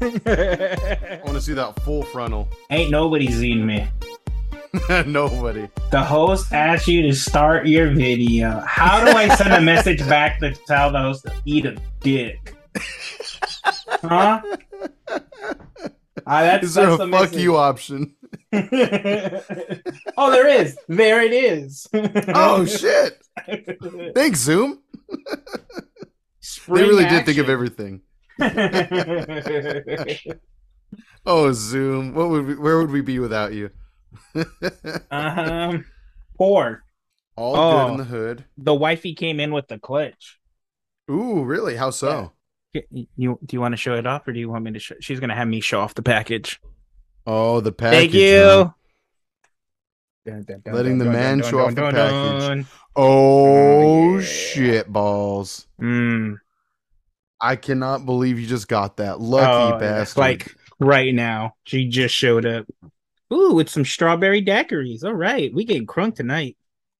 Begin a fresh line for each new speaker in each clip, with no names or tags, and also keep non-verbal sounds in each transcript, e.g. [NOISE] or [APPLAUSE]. I want to see that full frontal. [LAUGHS]
[LAUGHS] Ain't nobody seen me.
Nobody.
The host asks you to start your video. How do I send a message back to tell the host to eat a dick? Huh? Ah, that's,
Is there a
that's the
fuck
message. [LAUGHS]
you option?
oh, there is. There it is.
[LAUGHS] oh shit! Thanks, Zoom. They really did think of everything.
[LAUGHS] everything.
Oh, Zoom. What would we, where would we be without you? [LAUGHS]
um, poor.
All good
Oh.
in the hood.
The wifey came in with the clutch.
Ooh, really? How so?
You, you- do you want to show it off or do you want me to show? She's going to have me show off the package.
Oh, the package.
Thank you.
huh? Letting the man show off the package. Oh
Oh, yeah.
shit, balls!
Mm.
I cannot believe you just got that. Lucky
Oh,
bastard.
Like right now, she just showed up. Ooh, with some strawberry daiquiris. All right, we getting crunk tonight.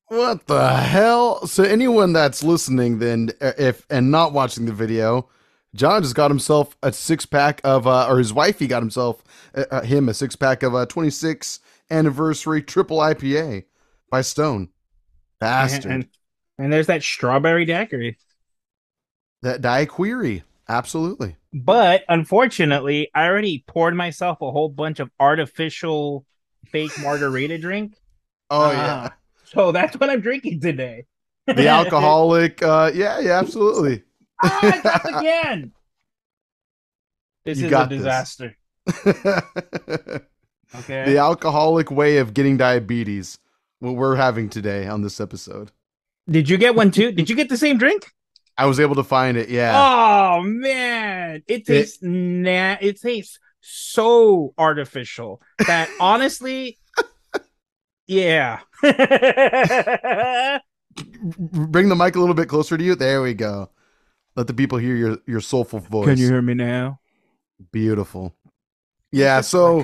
What the hell? So anyone that's listening then uh, if and not watching the video, John just got himself a six pack of uh, or his wife he got himself uh, uh, him a six pack of uh, 26 anniversary triple IPA by Stone. Bastard.
And, and there's that strawberry daiquiri.
that die query. Absolutely.
But unfortunately, I already poured myself a whole bunch of artificial fake margarita drink.
Oh
Ah, [LAUGHS] So that's what I'm drinking today.
yeah. The alcoholic uh yeah, yeah, absolutely.
[LAUGHS]
[LAUGHS]
ah, I dropped again. This
You
is
got
a
this.
disaster. Okay.
the alcoholic way of getting diabetes what we're having today on this episode
Did you get one too? Did you get the same drink?
i was able to find it yeah
Oh man, it tastes na- it tastes so artificial that
[LAUGHS]
honestly, yeah. [LAUGHS]
bring the mic a little bit closer to you there we go let the people hear your your soulful voice
hear me now?
beautiful yeah so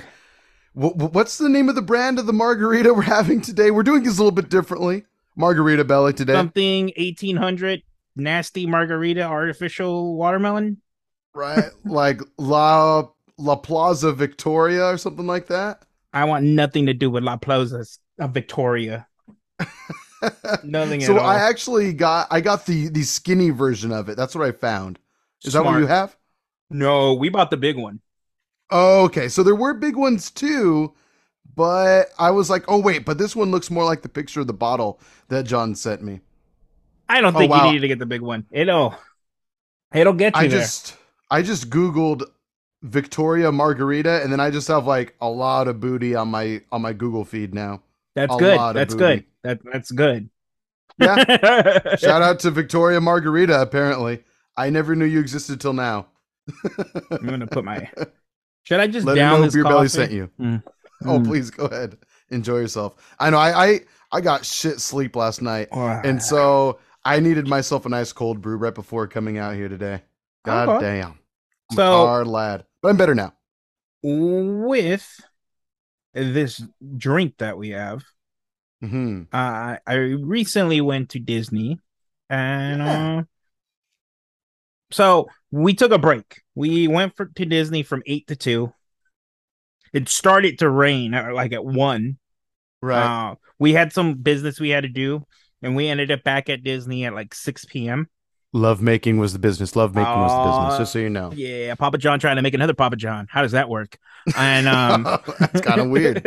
wh- wh- what's the name of the brand of the margarita [LAUGHS] we're having today we're doing this a little bit differently margarita belly today
Something eighteen hundred nasty margarita artificial watermelon. [LAUGHS]
right like la la plaza victoria or something like that
I want nothing to do with La Plaza's of Victoria. Nothing
so
at all.
I actually got I got the the skinny version of it. That's what I found. Is that what
Smart.
you have?
No, we bought the big one.
Oh, okay. So there were big ones too, but I was like, oh wait, but this one looks more like the picture of the bottle that John sent me.
I don't
Oh,
think
wow.
you needed to get the big one. It'll it'll get you
I
there.
just I just googled Victoria Margarita, and then I just have like a lot of booty on my on my Google feed now.
That's
a
good.
lot of
That's
booty.
good. That that's good. [LAUGHS]
Yeah. [LAUGHS] Shout out to Victoria Margarita. Apparently, I never knew you existed till now.
I'm
[LAUGHS]
gonna put my. Should I just
Let
down
him know
this
Beer Belly
coffee?
sent you.
Mm.
Oh,
Mm.
please go ahead. Enjoy yourself. I know I, I I got shit sleep last night,
Ah.
and so I needed myself a nice cold brew right before coming out here today. God
Okay.
damn. I'm a
So-
hard lad, but I'm better now.
with this drink that we have,
hmm
uh, I recently went to Disney, and
Yeah.
uh, so we took a break. We went for, to Disney from eight to two. It started to rain uh, like at one,
Right.
Uh, we had some business we had to do, and we ended up back at Disney at like 6 p.m.
Love making was the business. Love making was the business.
Aw.
Just so you know,
Yeah, Papa John trying to make another Papa John. How does that work? And [LAUGHS] um,
[LAUGHS] that's kind of weird.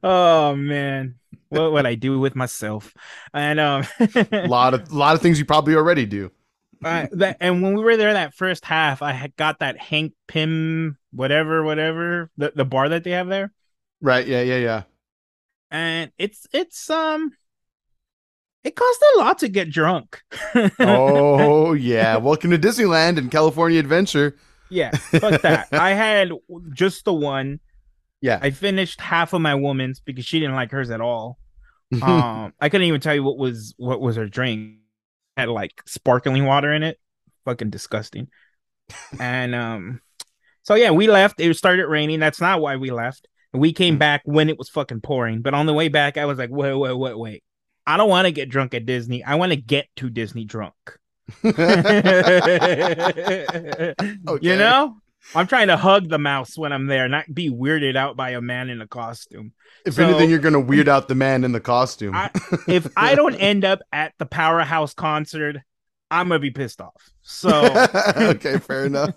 [LAUGHS] oh man, what would I do with myself? And um, [LAUGHS]
A lot of lot of things you probably already do.
I, that, and when we were there that first half, I had got that Hank Pym whatever whatever the, the bar that they have there.
Right. Yeah. Yeah. Yeah.
and it's it's um it costs a lot to get drunk
Oh yeah. Welcome to Disneyland and California Adventure.
[LAUGHS] yeah fuck
[LAUGHS]
that i had just the one
Yeah.
i finished half of my woman's because she didn't like hers at all
[LAUGHS]
[LAUGHS] um i couldn't even tell you what was what was her drink had like sparkling water in it fucking disgusting and um so yeah we left it started raining that's not why we left we came back when it was fucking pouring but on the way back i was like wait wait wait wait i don't want to get drunk [LAUGHS] at disney i want to get to disney drunk
Okay.
You know? I'm trying to hug the mouse when I'm there, not be weirded out by a man in a costume.
If
So-
anything, you're gonna weird out the man in the costume.
I- If I don't end up at the powerhouse concert, I'm gonna be pissed off.
[LAUGHS]
So
okay,
[LAUGHS]
fair enough.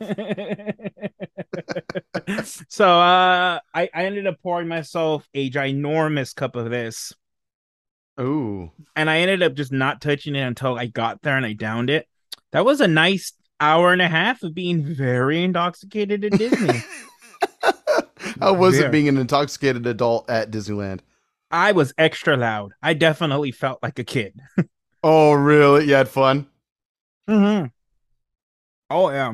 so uh I, I ended up pouring myself a ginormous cup of this.
Ooh,
and I ended up just not touching it until I got there and I downed it. That was a nice hour and a half of being very intoxicated at Disney.
[LAUGHS] how was
Beer.
it being an intoxicated adult at Disneyland?
I was extra loud. I definitely felt like a kid.
Oh, really? You had fun.
Mm-hmm. Oh yeah.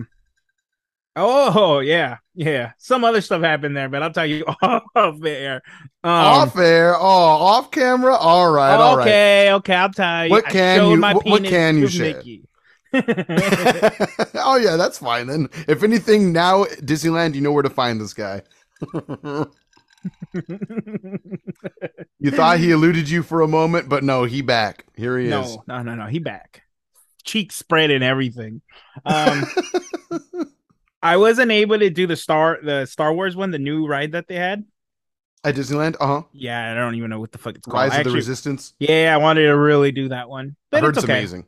Oh yeah, yeah. Some other stuff happened there, but I'll tell you [LAUGHS] off the air. Um,
off air? Oh, off camera? All right, all right.
okay, okay. I'll tell you.
What
I
can
showed
you-
My
what- what
penis
can you
to
share?
Mickey. [LAUGHS]
[LAUGHS] oh yeah, that's fine then. If anything, now at Disneyland, you know where to find this guy. [LAUGHS] you thought he eluded you for a moment, but no, he back. Here he is.
No, no, no, no. He back. Cheeks spread and everything.
[LAUGHS]
Um, I wasn't able to do the Star the Star Wars one, the new ride that they had.
At Disneyland, uh huh.
Yeah, I don't even know what the fuck it's called.
Rise
I
of the
actually-
Resistance.
yeah, I wanted to really do that one,
I
but
heard
it's
it's
okay.
amazing.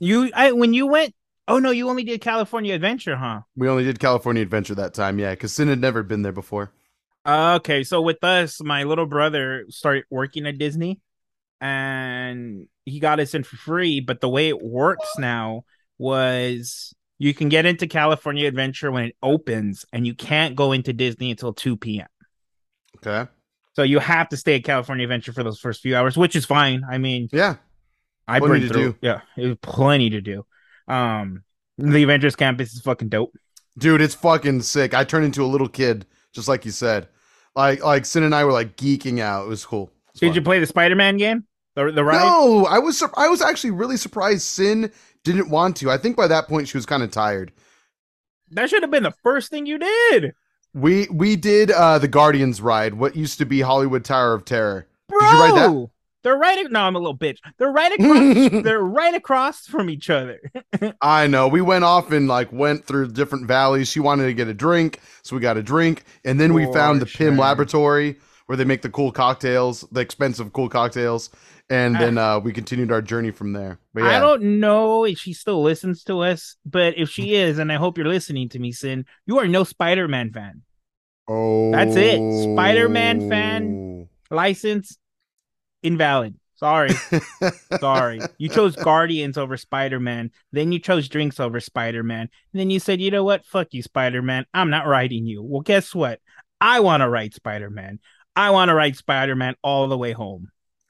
You, I when you went. Oh no, you only did California Adventure, huh?
We only did California Adventure that time, yeah, because Sin had never been there before.
Okay, so with us, my little brother started working at Disney and he got us in for free. But the way it works now was you can get into California Adventure when it opens, and you can't go into Disney until 2 p.m.
Okay.
So you have to stay at California Adventure for those first few hours, which is fine. I mean,
Yeah.
I
Plenty
burned
to
through.
do.
Yeah, it was plenty to do. Um, the Avengers campus is fucking dope.
Dude, it's fucking sick. I turned into a little kid, just like you said. Like like Sin and I were like geeking out. It was cool. It was
Did
fun.
you play the Spider-Man game? The the ride?
No, I was sur- I was actually really surprised Sin didn't want to. I think by that point she was kind of tired.
That should have been the first thing you did,
We we did uh the Guardians ride, what used to be Hollywood Tower
[LAUGHS]
of Terror. [LAUGHS]
bro.
you ride that?
They're right. ac- No, I'm a little bitch. They're right across. they're right across from each other.
I know. We went off and like went through different valleys. She wanted to get a drink, so we got a drink, and then we found the
Gosh,
Pym
man.
Laboratory where they make the cool cocktails, the expensive cool cocktails, and
[SIGHS]
then uh, we continued our journey from there. But yeah,
I don't know if she still listens to us, but if
[LAUGHS]
she is, and I hope you're listening to me, Sin, you are no Spider-Man fan.
oh,
That's it. Spider-Man fan. License invalid.
[LAUGHS]
Sorry. Sorry. You chose Guardians over Spider Man. Then you chose drinks over Spider Man. Then you said, you know what? Fuck you, Spider Man. I'm not writing you. Well, guess what? I want to write Spider Man. I want to write Spider Man all the way home.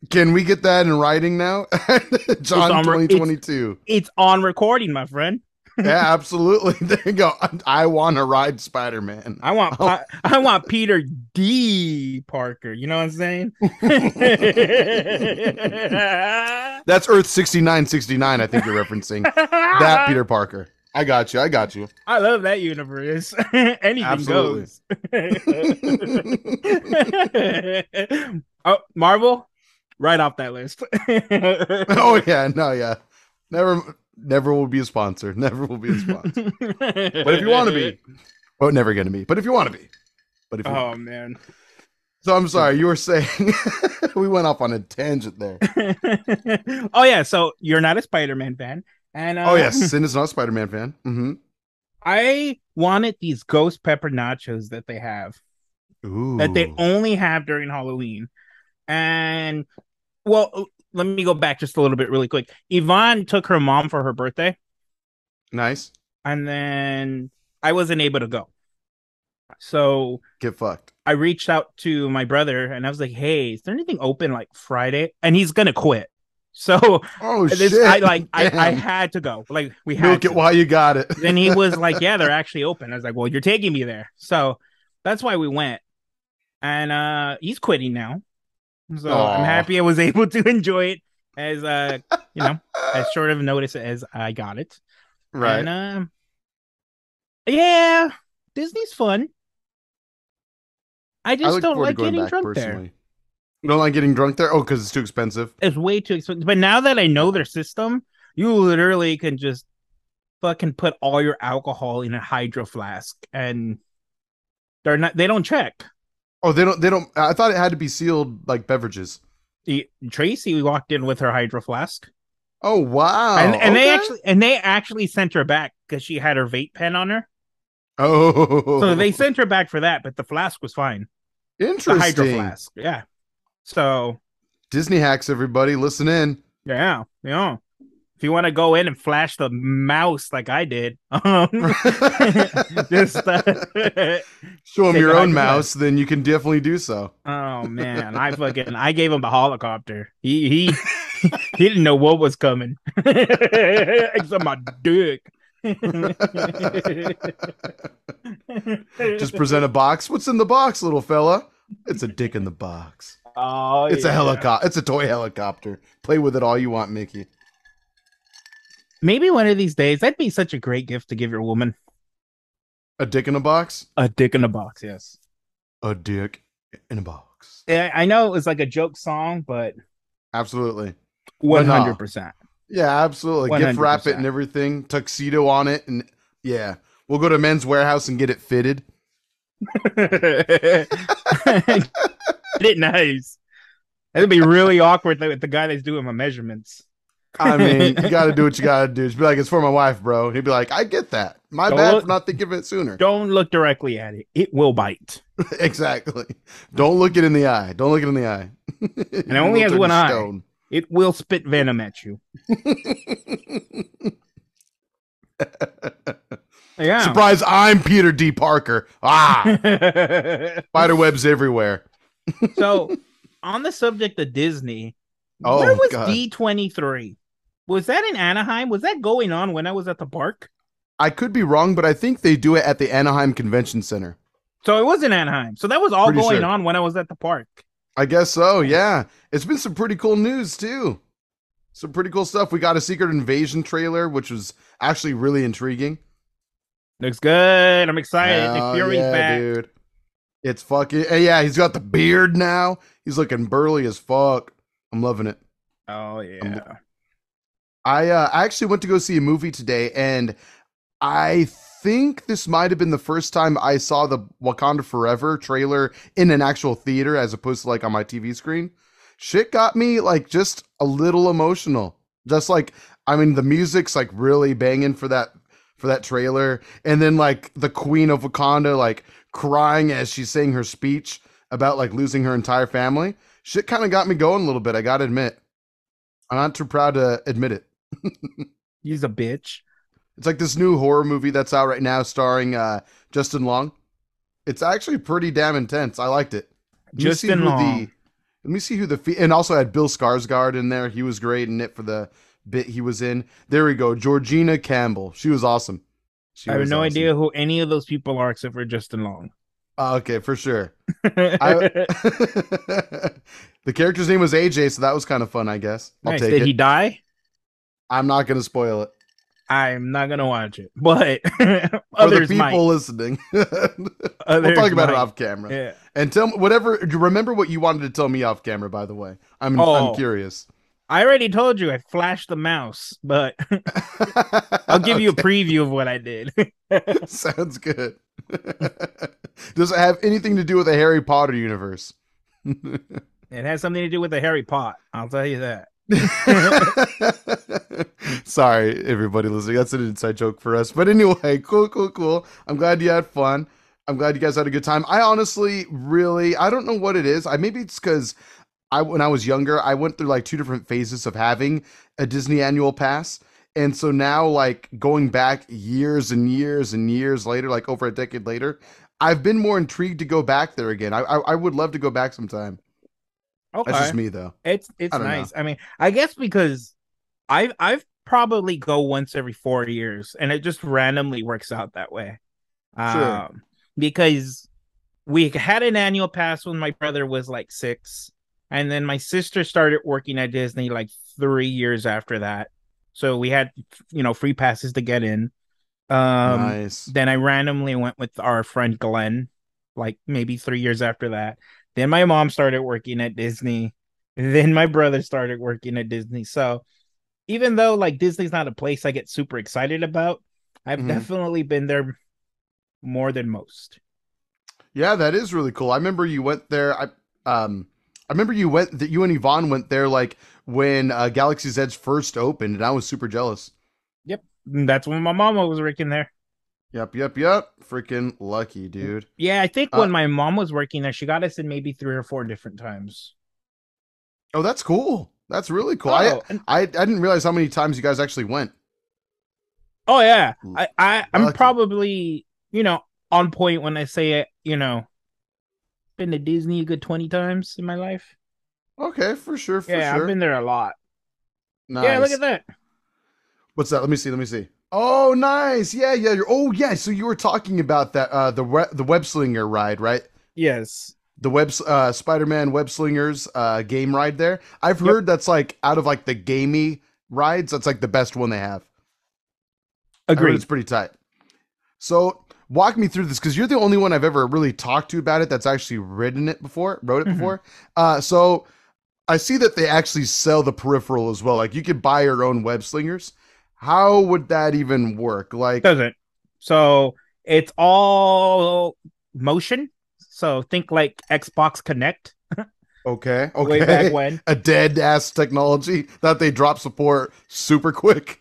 Can we get that in writing now? [LAUGHS] John
on re- it's-
twenty twenty
[LAUGHS]
two.
It's on recording, my friend.
Yeah, absolutely. [LAUGHS] There you go. I, want to ride Spider Man.
I want
Oh.
I want Peter D. Parker. You know what I'm saying? that
That's Earth sixty nine sixty nine. I think
[LAUGHS]
you're referencing [LAUGHS] that Peter Parker. I got you. I got you.
I love that universe. [LAUGHS] Anything
Absolutely.
goes. [LAUGHS] oh, Marvel, right off that list.
[LAUGHS]
[LAUGHS]
oh yeah, no, yeah. Never, never will be a sponsor. [LAUGHS] Never will be a sponsor. but if you want to be, well, never gonna be. But if you want to be, but if you,
Oh man. [LAUGHS]
so, I'm sorry. You were saying [LAUGHS] we went off on a tangent
Uh.
there.
oh yeah, so you're not a Spider-Man fan, and uh,
oh yes, Sin is not a Spider-Man fan. hmm
I wanted these ghost pepper nachos that they have.
Ooh.
that they only have during Halloween. And well, let me go back just a little bit really quick. Yvonne took her mom for her birthday,
nice.
and then I wasn't able to go. So
Get fucked.
I reached out to my brother and I was like, hey, is there anything open like Friday? And he's gonna quit. [LAUGHS] So
Oh
this,
shit!
I like I, I
Damn.
had to go. Like we had
milk
to.
it while you got it.
[LAUGHS] then he was like, "Yeah, they're actually open." I was like, "Well, you're taking me there," so that's why we went. And uh he's quitting now, so
Aw.
I'm happy I was [LAUGHS] able to enjoy it as uh you know as short of notice as I got it.
[LAUGHS] right.
And, um, yeah, Disney's fun. I
I
just
look
don't
forward to
like
going
getting
back,
drunk there.
personally. You Don't like getting drunk there. Oh, because it's too expensive.
It's way too expensive. But now that I know their system, You literally can just fucking put all your alcohol in a hydro flask and they're not they don't check.
Oh, they don't. They don't. I thought it had to be sealed like beverages.
E- Tracy walked in with her hydro flask.
Oh wow!
and and they
Okay.
actually and they actually sent her back because she had her vape pen on her.
Oh,
So they sent her back for that, but the flask was fine. The hydro
interesting.
flask. Yeah. So
Disney hacks, everybody, listen in. [LAUGHS]
yeah, yeah. If you want to go in and flash the mouse like I did, [LAUGHS] um, [LAUGHS] just uh, [LAUGHS]
show them
take
your
the hydro
own mouse, then you can definitely do so.
Oh man, I fucking I gave him the helicopter. He he he didn't know what was coming. [LAUGHS] Except my dick.
Just present a box. What's in the box, little fella? It's a dick in the box.
[LAUGHS] oh,
It's a
yeah.
helicopter. It's a toy helicopter. Play with it all you want, Mickey.
Maybe one of these days that'd be such a great gift to give your woman.
A dick in a box.
A dick in a box, yes.
A dick in a box.
Yeah, I know it was like a joke song, but
Absolutely. But
one
nah.
hundred percent.
Yeah, absolutely. Gift wrap
100%.
it and everything. Tuxedo on it, and yeah, we'll go to Men's Warehouse and get it fitted.
Get it nice. That'd be really awkward though, with the guy that's doing my measurements. [LAUGHS]
I mean, you got to do what you got to do. Just be like, it's for my wife, bro. He'd be like, I get that. My
Don't
bad
look-
for not thinking of it sooner.
Don't look directly at it. It will bite.
[LAUGHS] exactly. Don't look it in the eye. Don't look it in the eye. And
only has one eye. It will spit venom at
[LAUGHS]
you. Yeah.
Surprise! I'm Peter D. Parker.
[LAUGHS]
Ah, spider webs everywhere.
so, on the subject of Disney,
Oh,
where was
God.
D twenty three? Was that in Anaheim? Was that going on when I was at the park?
I could be wrong, but I think they do it at the Anaheim Convention Center.
So it was in Anaheim. So that was all
Pretty
going
sure.
on when I was at the park.
I guess so. Yeah, it's been some pretty cool news too. Some pretty cool stuff. We got a Secret Invasion trailer, which was actually really intriguing.
Looks good. I'm excited.
Hell
Nick Fury's
Oh, yeah,
back.
dude. It's fucking eh, yeah. He's got the beard now. He's looking burly as fuck. I'm loving it.
Oh yeah.
I uh, I actually went to go see a movie today, and I think this might have been the first time I saw the Wakanda Forever trailer in an actual theater, as opposed to like on my TV screen. Shit got me like just a little emotional. Just like I mean, the music's like really banging for that for that trailer, and then like the Queen of Wakanda like crying as she's saying her speech about like losing her entire family. Shit kind of got me going a little bit. I gotta admit, I'm not too proud to admit it.
He's a bitch.
It's like this new horror movie that's out right now starring uh, Justin Long. It's actually pretty damn intense. I liked it. Let me see
Justin
who the-
Long.
let me see who the fe- and also had Bill Skarsgård in there. He was great in it for the bit he was in. There we go. Georgina Campbell. She was awesome. She
I have
was
no
awesome.
idea who any of those people are except for Justin Long. [LAUGHS]
Uh, okay, for sure. [LAUGHS] the character's name was AJ, so that was kind of fun, I guess. I'll
Nice.
take
Did
it.
he die?
I'm not going to spoil it
I'm not gonna watch it, but [LAUGHS]
for the
others
people
might.
listening. [LAUGHS] we'll
Others
talk about it
might.
off camera.
Yeah.
And tell me whatever. do you Remember what you wanted to tell me off camera, by the way. I'm I'm
Oh.
curious.
I already told you I flashed the mouse, but [LAUGHS] I'll give you a preview of what I did.
[LAUGHS]
[LAUGHS]
Sounds good. [LAUGHS] Does it have anything to do with the Harry Potter universe?
It has something to do with the Harry Pot. I'll tell you that.
[LAUGHS] Sorry, everybody listening. That's an inside joke for us. But anyway, [LAUGHS] cool, cool, cool. I'm glad you had fun. I'm glad you guys had a good time. I honestly, really, I don't know what it is. I maybe it's because I, when I was younger, I went through like two different phases of having a Disney annual pass, and so now, like going back years and years and years later, like over a decade later, I've been more intrigued to go back there again. I, I, I would love to go back sometime.
Okay.
That's just me, though.
It's it's
I don't know.
nice. I mean, I guess because I've I've probably go once every four years, and it just randomly works out that way.
Sure.
Um, because we had an annual pass when my brother was like six, and then my sister started working at Disney like three years after that. So we had you know free passes to get in. Um,
nice.
then I randomly went with our friend Glenn, like maybe three years after that. Then my mom started working at Disney. Then my brother started working at Disney. So even though like Disney's not a place I get super excited about, I've
Mhm.
definitely been there more than most.
Yeah, that is really cool. I remember you went there. I um I remember you went that you and Yvonne went there like when uh, Galaxy's Edge first opened, and I was super jealous.
And that's when my mama was working there.
Yep, yep, yep. Freaking lucky, dude.
Yeah, I think
Uh,
when my mom was working there, she got us in maybe three or four different times.
Oh, that's cool. That's really cool.
Oh, and-
I, I I didn't realize how many times you guys actually went.
oh yeah,
L-
I, I I'm
lucky.
probably you know on point when I say it. You know, been to Disney a good twenty times in my life.
Okay, for sure, for
yeah,
sure.
I've been there a lot.
nice.
Yeah, look at that.
What's that? Let me see. Let me see. Oh, nice. Yeah, yeah. You're, oh, yeah. So you were talking about that uh, the we- the web slinger ride, right?
Yes,
the web uh, Spider-Man web slingers uh, game ride there. I've heard that's like out of like the gamey rides, that's like the best one they have. I heard
agreed.
It's pretty tight. So walk me through this because you're the only one I've ever really talked to about it that's actually ridden it before, rode it
Mhm.
before. Uh, so I see that they actually sell the peripheral as well. Like you could buy your own web slingers. How would that even work? Like,
doesn't. So it's all motion. So think like Xbox Connect
okay, okay,
way
[LAUGHS]
back when.
a dead ass technology that they drop support super quick.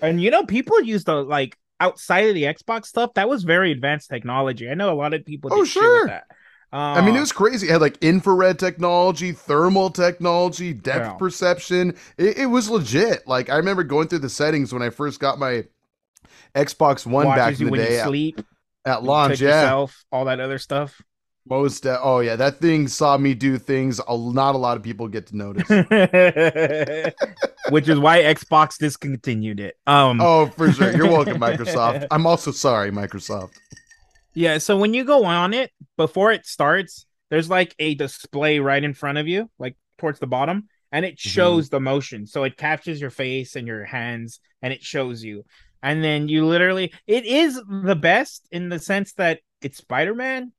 And you know, people used to like outside of the Xbox stuff. That was very advanced technology. I know a lot of people.
Oh,
did shit with
sure.
that.
I mean, it
Uh,
was crazy. It had like infrared technology, thermal technology, depth
Yeah.
perception. It, it was legit. Like I remember going through the settings when I first got my Xbox One
watches
back in
you
the
when
day
you
at,
sleep,
at
you
launch.
touch
Yeah,
yourself, all that other stuff. [LAUGHS]
most. de- oh yeah, that thing saw me do things a, not a lot of people get
[LAUGHS]
to notice.
Which is why Xbox discontinued it. Um,
oh, for sure.
[LAUGHS]
You're welcome, Microsoft. I'm also sorry, Microsoft.
Yeah, so when you go on it, before it starts, there's like a display right in front of you, like towards the bottom, and it shows the motion. So it captures your face and your hands and it shows you. And then you literally it is the best in the sense that it's Spider-Man,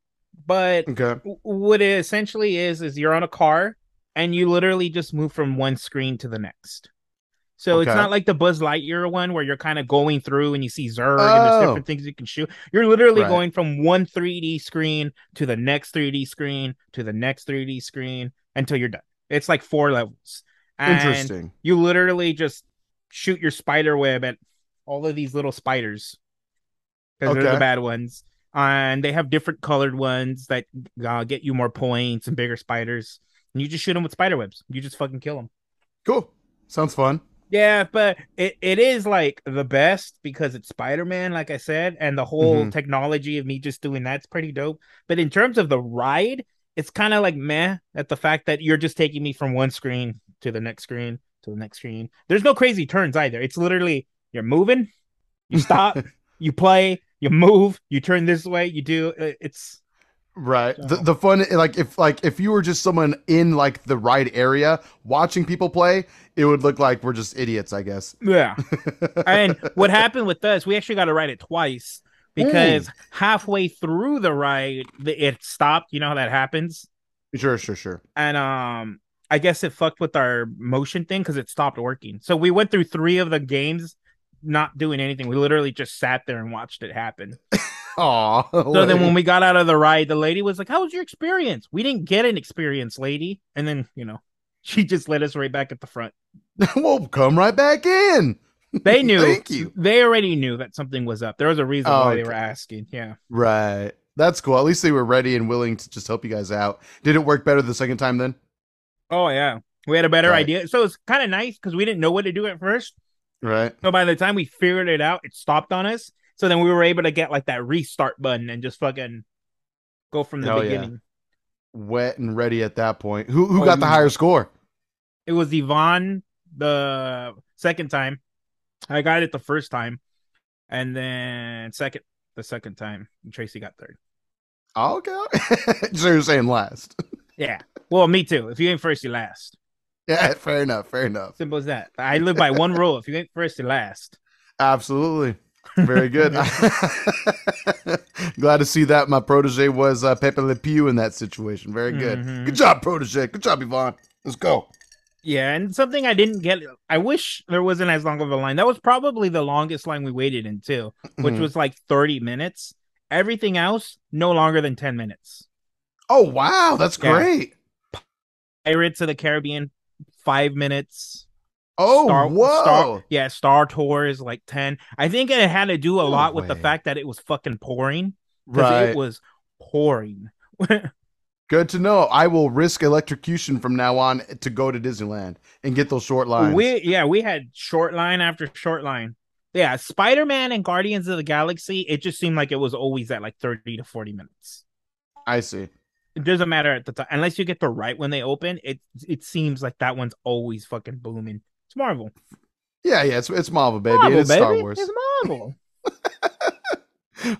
but
Okay.
w- what it essentially is is you're on a car and you literally just move from one screen to the next. So it's
Okay.
not like the Buzz Lightyear one where you're kind of going through and you see Zurg and there's
Oh.
different things you can shoot. You're literally
Right.
going from one 3D screen to the next 3D screen to the next 3D screen until you're done. It's like four levels. And
Interesting.
You literally just shoot your spider web at all of these little spiders because they're
Okay.
the bad ones. And they have different colored ones that uh, get you more points and bigger spiders. And you just shoot them with spider webs. You just fucking kill them.
Cool. Sounds fun.
Yeah, but it, it is like the best because it's Spider Man, like I said, and the whole
Mhm.
technology of me just doing that's pretty dope. But in terms of the ride, it's kind of like meh at the fact that you're just taking me from one screen to the next screen to the next screen. There's no crazy turns either. It's literally you're moving, you stop, you play, you move, you turn this way, you do. uh, It's
Right. The,
So-
the fun like if like if you were just someone in like the ride area watching people play, it would look like we're just idiots, I guess.
yeah. and what happened with us, we actually got to ride it twice
Mm.
because halfway through the ride, th- it stopped. You know how that happens,
[LAUGHS] sure, sure, sure.
and um, I guess it fucked with our motion thing because it stopped working. So we went through three of the games, not doing anything. We literally just sat there and watched it happen.
Aw.
So then when we got out of the ride, the lady was like, "How was your experience?" We didn't get an experience, lady, and then you know. [LAUGHS] She just led us right back at the front.
[LAUGHS] we'll come right back in.
They
[LAUGHS]
knew.
Thank you.
They already knew that something was up. There was a reason
Oh,
why they
okay.
were asking. Yeah.
Right. That's cool. At least they were ready and willing to just help you guys out. Did it work better the second time then?
Oh yeah, we had a better
Right.
idea. So it's kind of nice because we didn't know what to do at first.
Right.
So by the time we figured it out, it stopped on us. So then we were able to get like that restart button and just fucking go from the
Hell yeah.
beginning.
Wet and ready at that point. Who who
Oh,
got the
you-
higher score?
It was Yvonne the second time. I got it the first time, and then second the second time Tracy got third.
Oh, okay. [LAUGHS] so you're saying last. [LAUGHS]
Yeah. Well, me too. If you ain't first, you last.
Yeah, fair enough. Fair enough.
Simple as that. I live by
[LAUGHS]
one rule: if you ain't first, you last.
Absolutely.
[LAUGHS]
Very good. [LAUGHS] Glad to see that my protege was uh, Pepe Le Pew in that situation. Very good.
Mhm.
Good job, protege. Good job, Yvonne. Let's go.
Yeah, and something I didn't get. I wish there wasn't as long of a line. That was probably the longest line we waited until, which
Mhm.
was like 30 minutes. Everything else, no longer than 10 minutes.
Oh wow, that's
Yeah.
great.
Pirates of the Caribbean, five minutes.
Oh
Star,
whoa.
Star, yeah, Star Tours, like 10. I think it had to do a
No
lot with the
way.
fact that it was fucking pouring. Because
right.
it was pouring.
Good to know. I will risk electrocution from now on to go to Disneyland and get those short lines.
We yeah, we had short line after short line. Yeah, Spider Man and Guardians of the Galaxy. It just seemed like it was always at like thirty to forty minutes.
I see.
It doesn't matter at the time unless you get the right when they open. It it seems like that one's always fucking booming. It's Marvel,
Yeah, yeah, it's it's Marvel, baby.
Marvel,
and it's Star
baby.
Wars.
It's Marvel.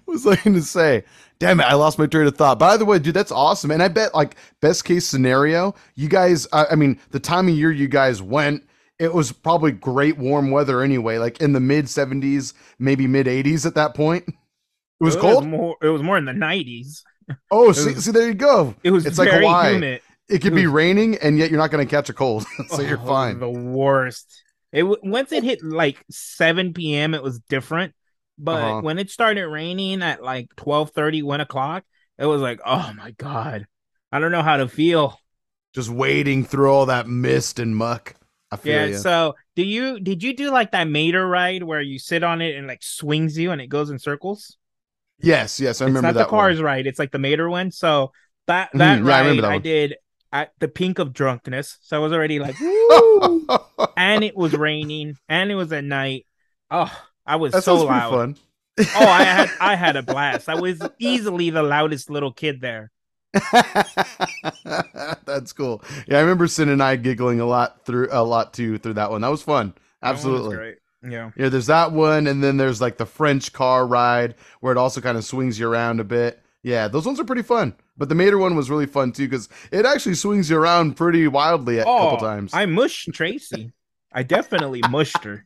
was looking to say, damn it, I lost my train of thought. By the way, dude, that's awesome. And I bet, like, best case scenario, you guys, I, I mean, the time of year you guys went, it was probably great warm weather anyway, like in the mid 70s, maybe mid 80s at that point. It was cold.
more, [LAUGHS] it was more in the nineties.
Oh, see,
was-
see, there you go.
It was
It's like
very
Hawaii.
humid.
It could
it
be
was-
raining, and yet you're not going to catch a cold, [LAUGHS] so you're
Oh,
fine.
The worst. It w- once it hit like 7 p.m. it was different, but
Uh-huh.
when it started raining at like 12 1 o'clock, it was like, oh my god, I don't know how to feel.
Just wading through all that mist and muck. I feel
Yeah.
ya.
So do you did you do like that Mater ride where you sit on it and like swings you and it goes in circles?
Yes, yes, I
it's
remember
not
that.
the
one. [LAUGHS]
cars ride. It's like the Mater one. So that that ride
Mhm, yeah, I
I,
remember that one.
did at the pink of drunkenness. So I was already
[LAUGHS]
like, and it was raining and it was at night. Oh, I was
that
so
sounds pretty
loud.
fun.
Oh, I
[LAUGHS]
had I had a blast. I was easily the loudest little kid there.
[LAUGHS] That's cool. Yeah, I remember Sin and I giggling a lot through a lot too through that one. That was fun.
That one was
Absolutely.
great. Yeah.
Yeah, there's that one, and then there's like the French car ride where it also kind of swings you around a bit. Yeah, those ones are pretty fun. But the Mater one was really fun too because it actually swings you around pretty wildly a
oh,
couple times.
I mushed Tracy. I definitely mushed her.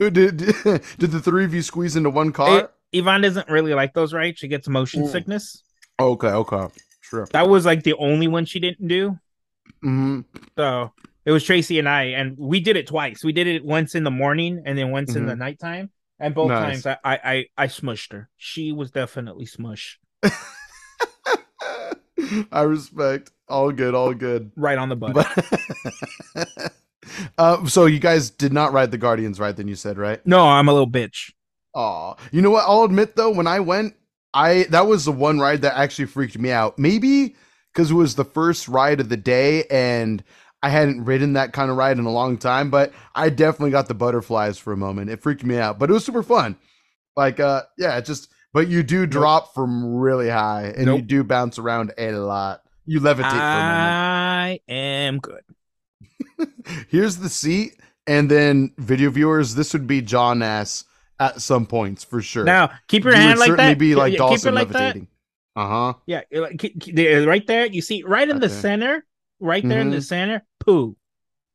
Did, did [LAUGHS] did the three of you squeeze into one car?
It- Yvonne doesn't really like those rides. She gets motion
Mm.
sickness.
okay, okay, sure.
That was like the only one she didn't do.
hmm
So it was Tracy and I, and we did it twice. We did it once in the morning and then once in the nighttime. And both
Mm-hmm. Nice.
times I, I I I smushed her. She was definitely smushed
[LAUGHS] I respect. All good. All good.
right on the butt.
But- [LAUGHS] Uh, so you guys did not ride the Guardians right then you said, right?
[LAUGHS] no, I'm a little bitch.
Aw. You know what? I'll admit though, when I went, I that was the one ride that actually freaked me out. Maybe because it was the first ride of the day and I hadn't ridden that kind of ride in a long time, but I definitely got the butterflies for a moment. It freaked me out, but it was super fun. Like uh yeah, it just but you do drop from really high and you
Nope.
do bounce around a lot. You levitate for a moment.
I am good.
Here's the seat, and then video viewers, this would be John ass at some points for sure.
Now keep your
You
hand
would
like
certainly
that.
be
Yeah,
like
yeah,
Dawson
like that.
levitating. Uh huh.
Yeah, you're like, keep- keep- there- right there. You see, right in the
Okay.
center, right there in the
Mhm.
center, poo.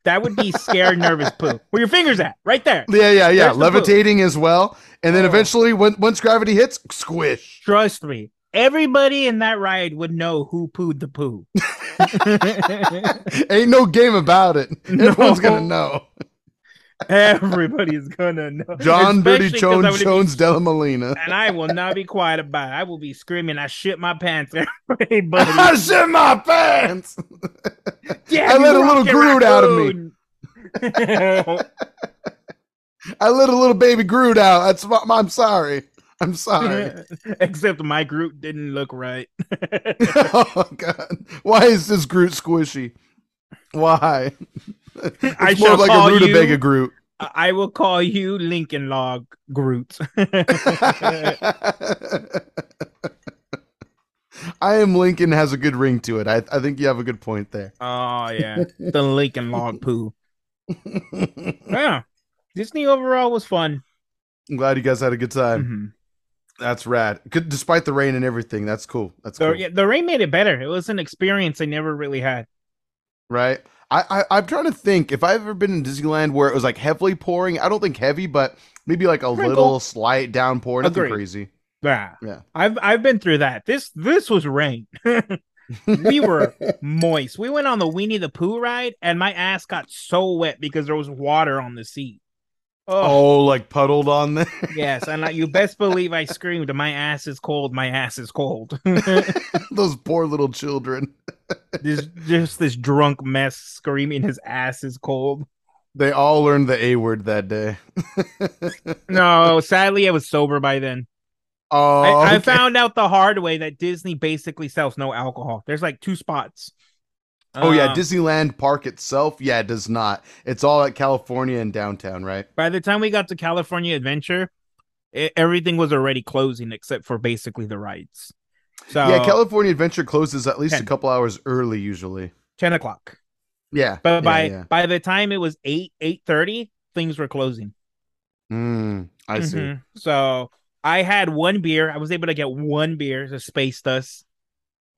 That would be
[LAUGHS]
scared, nervous poo. Where your fingers at? Right there.
Yeah, yeah, yeah.
There's the poop.
Levitating as well, and then
Oh.
eventually, when, once gravity hits, squish. [LAUGHS]
Trust me, everybody in that ride would know who pooed the
[LAUGHS]
poo.
Ain't no game about it.
[LAUGHS] No.
Everyone's gonna know.
Everybody's gonna know.
John Dirty
Especially 'cause I
Jones
would be-
Jones
[LAUGHS]
Della Molina.
And I will not be quiet about it. I will be screaming. I shit my pants, [LAUGHS] everybody.
[LAUGHS] I shit my pants.
Yeah,
I
you
let a little
Rocket
Groot out of me.
Raccoon.
[LAUGHS] I let a little baby Groot out. That's my, I'm sorry. I'm sorry.
[LAUGHS] Except my Groot didn't look right.
[LAUGHS] oh god why is this groot squishy why it's
[LAUGHS] I
more
shall
of like
call
a rutabaga
you-
groot
[LAUGHS] I I will call you Lincoln Log Groot.
i am lincoln has a good ring to it i, I think you have a good point there [LAUGHS]
oh [LAUGHS] yeah, the Lincoln Log poo. Yeah, Disney overall was fun.
i'm glad you guys had a good time
Mhm.
that's rad good despite the rain and everything that's cool that's
The,
cool
yeah, the rain made it better. It was an experience I never really had.
right? I, I I'm trying to think if I've ever been in Disneyland where it was like heavily pouring. I don't think heavy, but maybe like a
Sprinkle.
little slight downpour, nothing
Agreed.
crazy.
Yeah,
Yeah.
I've I've been through that. This this was rain. [LAUGHS] We were moist. We went on the Weenie the Pooh ride, and my ass got so wet because there was water on the seat. Oh,
Oh, like puddled on there.
yes, and I, you best believe I screamed, "My ass is cold! My ass is cold!" [LAUGHS]
[LAUGHS] Those poor little children.
There's just this drunk mess screaming, "His ass is cold!"
They all learned the A word that day. [LAUGHS]
No, sadly, I was sober by then.
oh,
I, I
okay.
found out the hard way that Disney basically sells no alcohol. There's like two spots.
Oh yeah,
Um,
Disneyland Park itself, yeah, it does not. It's all at California and downtown, right?
by the time we got to California Adventure, e- everything was already closing except for basically the rides. So
yeah, California Adventure closes at least a
Ten.
couple hours early usually.
ten o'clock.
Yeah,
But
yeah,
by
yeah.
by the time it was eight eight thirty, things were closing.
Mm, I see.
Mhm. So I had one beer. I was able to get one beer to spaced us.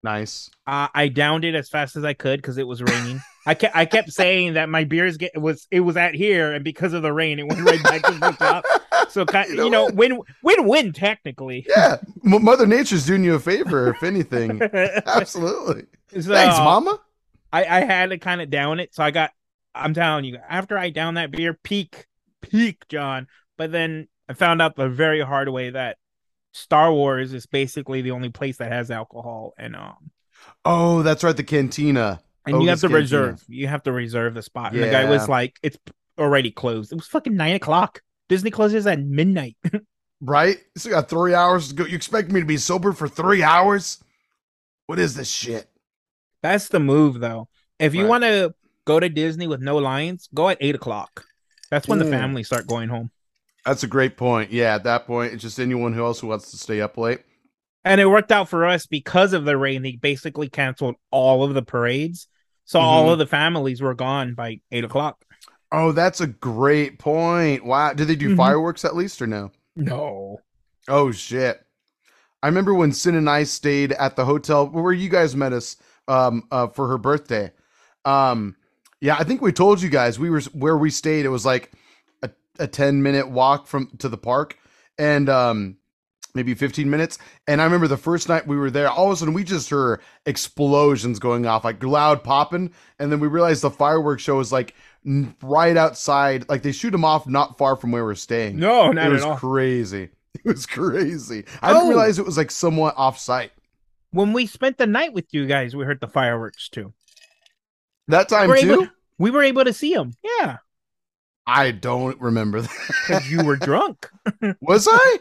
Nice.
Uh, I downed it as fast as I could because it was raining. I kept I kept saying that my beers get was it was at here, and because of the rain, it went right back to the top.
[LAUGHS]
So ki-
You know
you know, win win win technically. [LAUGHS]
Yeah, M- Mother Nature's doing you a favor, if anything. Absolutely. Thanks,
So-
Mama.
I, I had to kind of down it. So I got, I'm telling you, after I downed that beer, peak, peak, John. But then I found out the very hard way that Star Wars is basically the only place that has alcohol. And um,
Oh, that's right, the cantina.
and
Ogre's
you have to
Cantina.
reserve, you have to reserve the spot. And the guy was
Yeah.
like, it's already closed. It was fucking nine o'clock. Disney closes at midnight. [LAUGHS]
Right? So you got three hours to go. You expect me to be sober for three hours? What is this shit?
That's the move, though. If you
Right.
want to go to Disney with no lines, go at eight o'clock. That's when
Mm.
the family start going home.
That's a great point. Yeah, at that point, it's just anyone who else who wants to stay up late.
And it worked out for us because of the rain. They basically canceled all of the parades. So all
Mhm.
of the families were gone by eight o'clock.
Oh, that's a great point. Wow. Did they do
Mhm.
fireworks at least or no?
No.
Oh shit. I remember when Sin and I stayed at the hotel where you guys met us um uh for her birthday. Um yeah, I think we told you guys we were where we stayed. It was like a, a 10 minute walk from to the park and um maybe 15 minutes. And I remember the first night we were there, all of a sudden we just heard explosions going off, like loud popping, and then we realized the fireworks show was like n- right outside, like they shoot them off not far from where we're staying
No,
it
not
was
at all.
crazy. [LAUGHS] It was crazy. I didn't
Oh.
realize it was like somewhat off site.
when we spent the night with you guys, we heard the fireworks too.
That time
We're
too,
able- We were able to see them. Yeah.
I don't remember
Because
that. [LAUGHS]
you were drunk.
was I?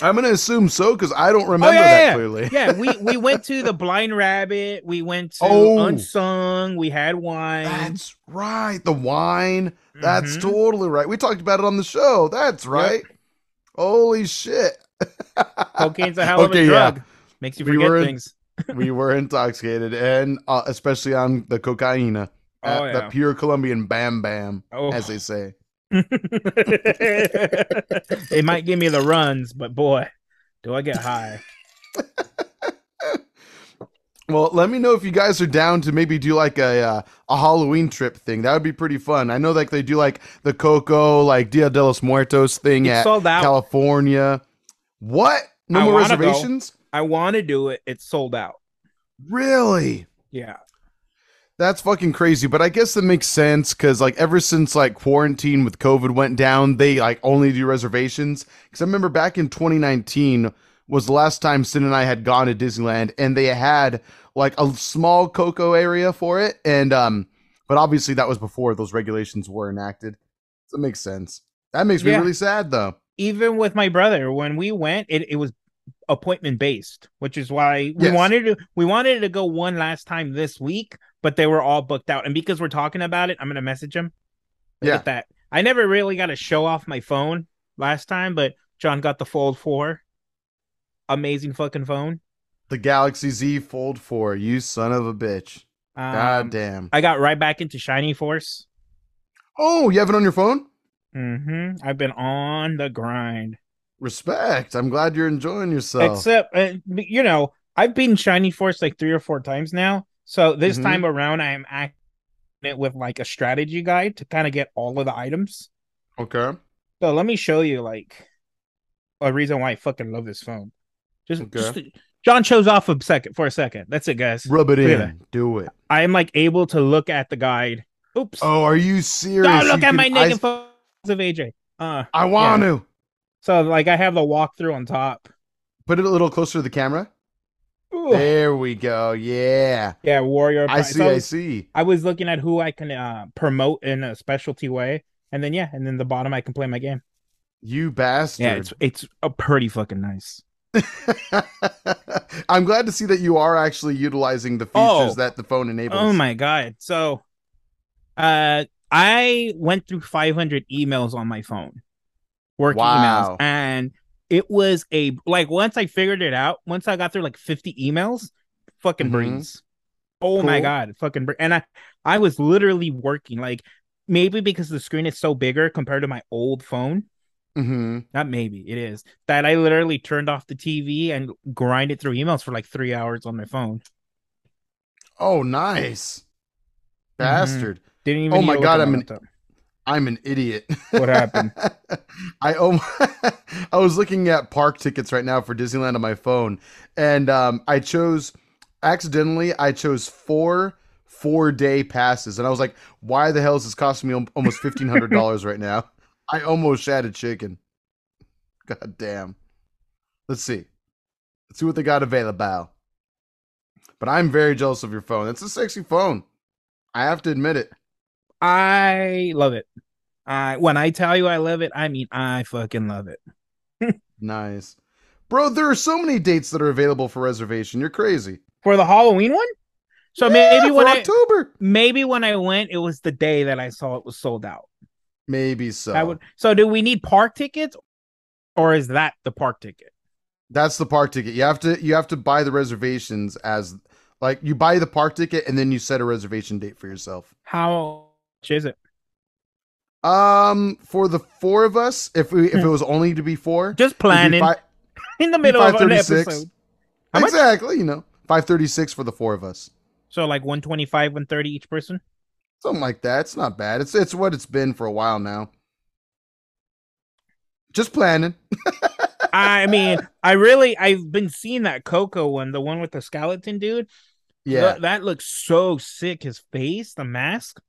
I'm gonna assume so because I don't remember
Oh, yeah,
that
yeah, yeah.
clearly.
[LAUGHS] Yeah. We, we went to the Blind Rabbit. We went to
Oh.
Unsung. We had wine.
That's right. The wine. That's
Mhm.
totally right. We talked about it on the show. That's right. Holy shit. [LAUGHS]
Cocaine's a hell of
Okay,
a
yeah.
drug. Makes you
We
forget
were in-
things.
we were intoxicated, and uh, especially on the cocaina,
Oh,
uh,
yeah.
the pure Colombian bam bam,
Oh. [LAUGHS]
as they say.
it might give me the runs, but boy, do I get high.
Well, let me know if you guys are down to maybe do like a uh, a Halloween trip thing. That would be pretty fun. I know like they do like the Coco like Dia de los Muertos thing
It's
at
sold out.
California. What? No
I
more
wanna go.
reservations?
I want to do it. It's sold out.
Really?
Yeah.
That's fucking crazy, but I guess that makes sense because like ever since like quarantine with COVID went down, they like only do reservations. Because I remember back in 2019 was the last time Sin and I had gone to Disneyland, and they had like a small Coco area for it, and um, but obviously that was before those regulations were enacted. So it makes sense. That makes me
Yeah.
really sad though.
Even with my brother, when we went, it, it was appointment based, which is why we
Yes.
wanted to we wanted to go one last time this week, but they were all booked out. And because we're talking about it, I'm gonna message him. Look
Yeah.
at that. I never really got to show off my phone last time, but John got the fold four. Amazing fucking phone.
The Galaxy Z Fold 4, you son of a bitch.
Um,
God damn.
I got right back into Shiny Force.
Oh, you have it on your phone?
hmm I've been on the grind.
Respect. I'm glad you're enjoying yourself.
Except, uh, you know, I've been Shiny Force like three or four times now. So this
Mhm.
time around, I am acting it with like a strategy guide to kind of get all of the items.
okay.
So let me show you like a reason why I fucking love this phone. Just,
Okay.
just John shows off a second for a second. That's it, guys.
Rub it in.
Really?
Do it.
I am like able to look at the guide. Oops.
Oh, are you serious?
Don't look
You
at
can-
my
I-
naked photos of AJ. Uh,
I want to.
so like I have the walkthrough on top.
Put it a little closer to the camera.
Ooh.
There we go. Yeah.
Yeah, warrior.
I
Pride.
see.
So
I see.
I was looking at who I can uh, promote in a specialty way, and then yeah, and then the bottom I can play my game.
You bastard.
Yeah, it's it's a pretty fucking nice.
[LAUGHS] I'm glad to see that you are actually utilizing the features
Oh.
that the phone enables.
Oh my god! So, uh, I went through 500 emails on my phone, work emails,
Wow.
and it was a like once I figured it out. Once I got through like 50 emails, fucking
Mhm.
breeze. Oh my
Cool.
god, fucking br- and I I was literally working like maybe because the screen is so bigger compared to my old phone.
hmm
Not maybe it is that I literally turned off the TV and grinded through emails for like three hours on my phone.
Oh, nice.
Mm-hmm.
Bastard.
Didn't even.
Oh
need
my
to look
God,
at
I'm an
laptop.
I'm an idiot.
What happened?
[LAUGHS] I om- [LAUGHS] I was looking at park tickets right now for Disneyland on my phone, and um, I chose accidentally. I chose four four day passes, and I was like, "Why the hell is this costing me al- almost fifteen hundred dollars right now?" I almost shat a chicken. God damn. Let's see. Let's see what they got available. But I'm very jealous of your phone. It's a sexy phone. I have to admit it.
I love it. I when I tell you I love it, I mean I fucking love it.
Nice. Bro, there are so many dates that are available for reservation. You're crazy.
For the Halloween one? So
Yeah,
maybe
for
when I
October.
maybe when I went, it was the day that I saw it was sold out.
Maybe so.
I would so do we need park tickets? Or is that the park ticket?
That's the park ticket. You have to you have to buy the reservations as like you buy the park ticket and then you set a reservation date for yourself.
How much is it?
Um for the four of us, if we if it was only to be four,
Hmm. Just
it'd be
planning
fi-
in the
it'd be
middle of an
536.
episode. How much?
Exactly, you know. 536 for the four of us.
So like 125, 130 each person?
Something like that. It's not bad. It's it's what it's been for a while now. Just planning.
I mean, I really I've been seeing that Coco one, the one with the skeleton dude.
Yeah.
Th- that looks so sick. His face, the mask.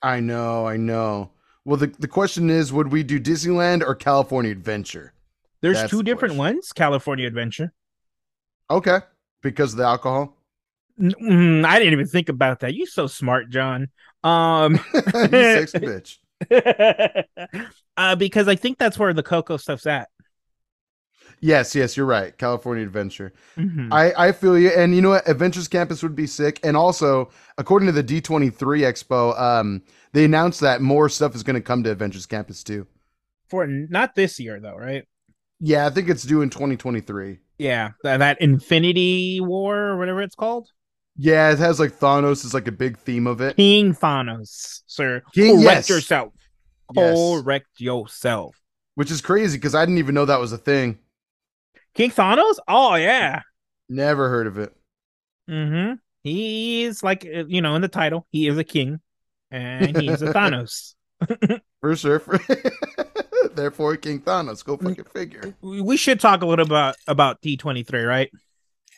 I know, I know. Well, the, the question is, would we do Disneyland or California Adventure?
There's
That's
two
the
different
question.
ones. California Adventure.
Okay, because of the alcohol. [LAUGHS]
N- mm, I didn't even think about that. You so smart, John. Um, [LAUGHS]
you sexy bitch.
uh, because I think that's where the Coco stuff's at.
Yes, yes, you're right. California Adventure.
Mhm.
I, I feel you. And you know what? Adventures Campus would be sick. And also, according to the D23 Expo, um, they announced that more stuff is going to come to Adventures Campus too.
For not this year though, right?
Yeah, I think it's due in 2023.
Yeah, tha- that Infinity War or whatever it's called.
Yeah, it has like Thanos is like a big theme of it.
King Thanos, sir.
King-
Correct
yes.
yourself.
Yes.
Correct yourself.
Which is crazy because I didn't even know that was a thing.
King Thanos? Oh yeah.
Never heard of it.
Mm-hmm. He's like uh, you know in the title, he is a king, and he's a [LAUGHS] Thanos.
For sure. For... [LAUGHS] Therefore, King Thanos. Go fucking figure.
We we should talk a little about about D twenty three, right?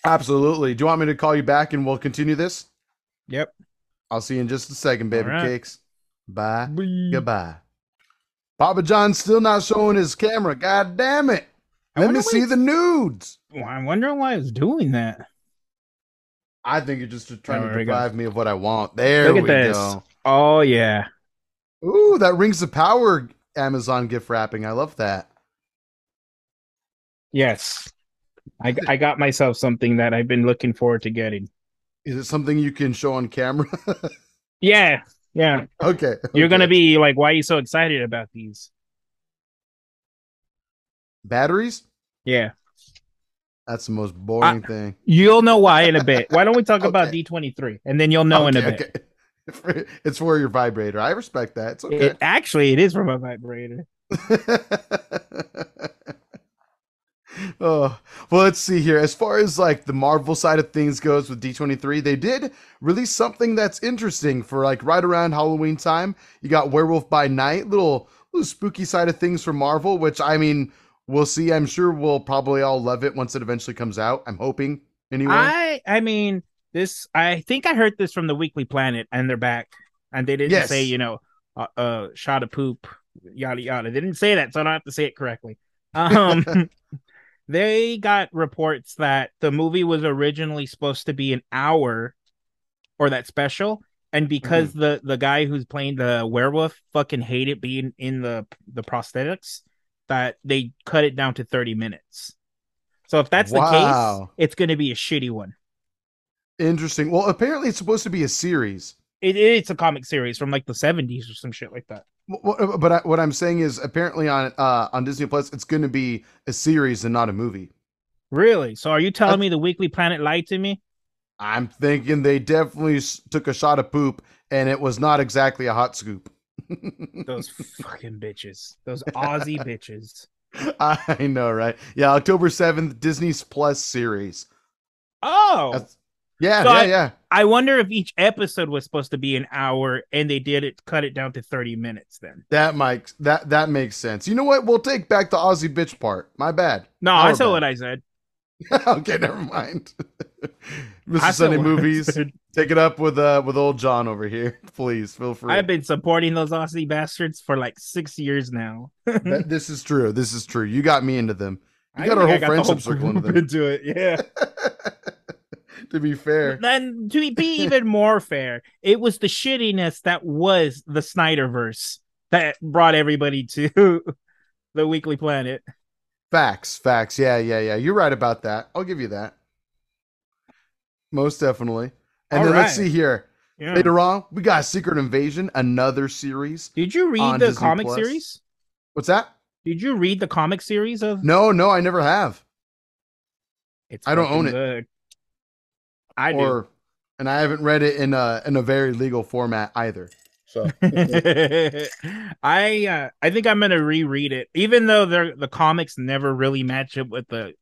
Absolutely. Do you want me to call you back and we'll continue this?
Yep.
I'll see you in just a second, baby
All right.
cakes. Bye. Ah, Goodbye. Papa John's still not showing his camera. God damn it.
I
Let
wonder
me
why
see the nudes.
Well, I'm wondering why it's doing that.
I think you're just trying
There
to
we go.
deprive me of what I want. There
Look at
we
this.
go.
Oh yeah.
Ooh, that Rings of Power Amazon gift wrapping. I love that.
Yes. I I got myself something that I've been looking forward to getting.
Is it something you can show on camera? [LAUGHS]
Yeah. Yeah.
okay.
You're
okay.
gonna be like, why are you so excited about these?
batteries?
Yeah.
That's the most boring thing.
You'll know why in a bit. Why don't we talk about
[LAUGHS] Okay.
D twenty three? And then you'll know in a
Okay,
bit.
okay. [LAUGHS] It's for your vibrator. I respect that. It's okay.
It, actually it is from a vibrator.
[LAUGHS] oh, well, let's see here. As far as like the Marvel side of things goes with D23, they did release something that's interesting for like right around Halloween time. You got Werewolf by Night, little little spooky side of things for Marvel, which I mean, We'll see. I'm sure we'll probably all love it once it eventually comes out. I'm hoping. Anyway,
I I mean this. I think I heard this from the Weekly Planet, and they're back, and they didn't
Yes.
say you know uh, uh shot of poop, yada yada. They didn't say that, so I don't have to say it correctly. Um, they got reports that the movie was originally supposed to be an hour, or that special. And because the the guy who's playing the werewolf fucking hated being in the the prosthetics, that they cut it down to 30 minutes. So if that's the
Wow.
case, it's going to be a shitty one.
interesting. Well, apparently it's supposed to be a series.
It, it's a comic series from like the 70s or some shit like that.
W- w- uh, But I, what I'm saying is, apparently on uh, on Disney Plus, it's going to be a series and not a movie.
Really? So are you telling me the Weekly Planet lied to me?
I'm thinking they definitely s- took a shot of poop, and it was not exactly a hot scoop.
Those fucking bitches. Those Aussie bitches.
[LAUGHS] I know, right? Yeah, October seventh, Disney's Plus series.
Oh,
That's- Yeah,
So
yeah,
I-
yeah.
I wonder if each episode was supposed to be an hour and they did it cut it down to 30 minutes then.
That might that that makes sense. You know what? We'll take back the Aussie bitch part. My bad. [LAUGHS]
No,
Our
I saw
bad.
what I said.
okay, never mind. [LAUGHS]
I
Mr.
said
Sunday
[LAUGHS] what I
movies,
said.
take it up with uh with old John over here. [LAUGHS] Please feel free.
I've been supporting those Aussie bastards for like six years now. Mm-hmm.
That- this is true. This is true. You got me into them. [LAUGHS] You
I
got our
think I
whole
got the
friendship
whole
circle into
group
them.
into it. Yeah.
to be fair,
And to be even more fair, it was the shittiness that was the Snyderverse that brought everybody to [LAUGHS] the Weekly Planet.
facts, facts. Yeah, yeah, yeah. You're right about that. I'll give you that. Most definitely. And
All
then let's
right.
see here.
Yeah.
Later on, we got Secret Invasion, another series.
Did you
on
read the
Disney
comic
Plus.
series?
What's that?
Did you read the comic series of?
No, no, I never have.
It's
I don't
fucking
own it.
good. I
or and I haven't read it in a in a very legal format either. So
do. [LAUGHS] I uh, I think I'm gonna reread it, even though they're, the comics never really match up with the.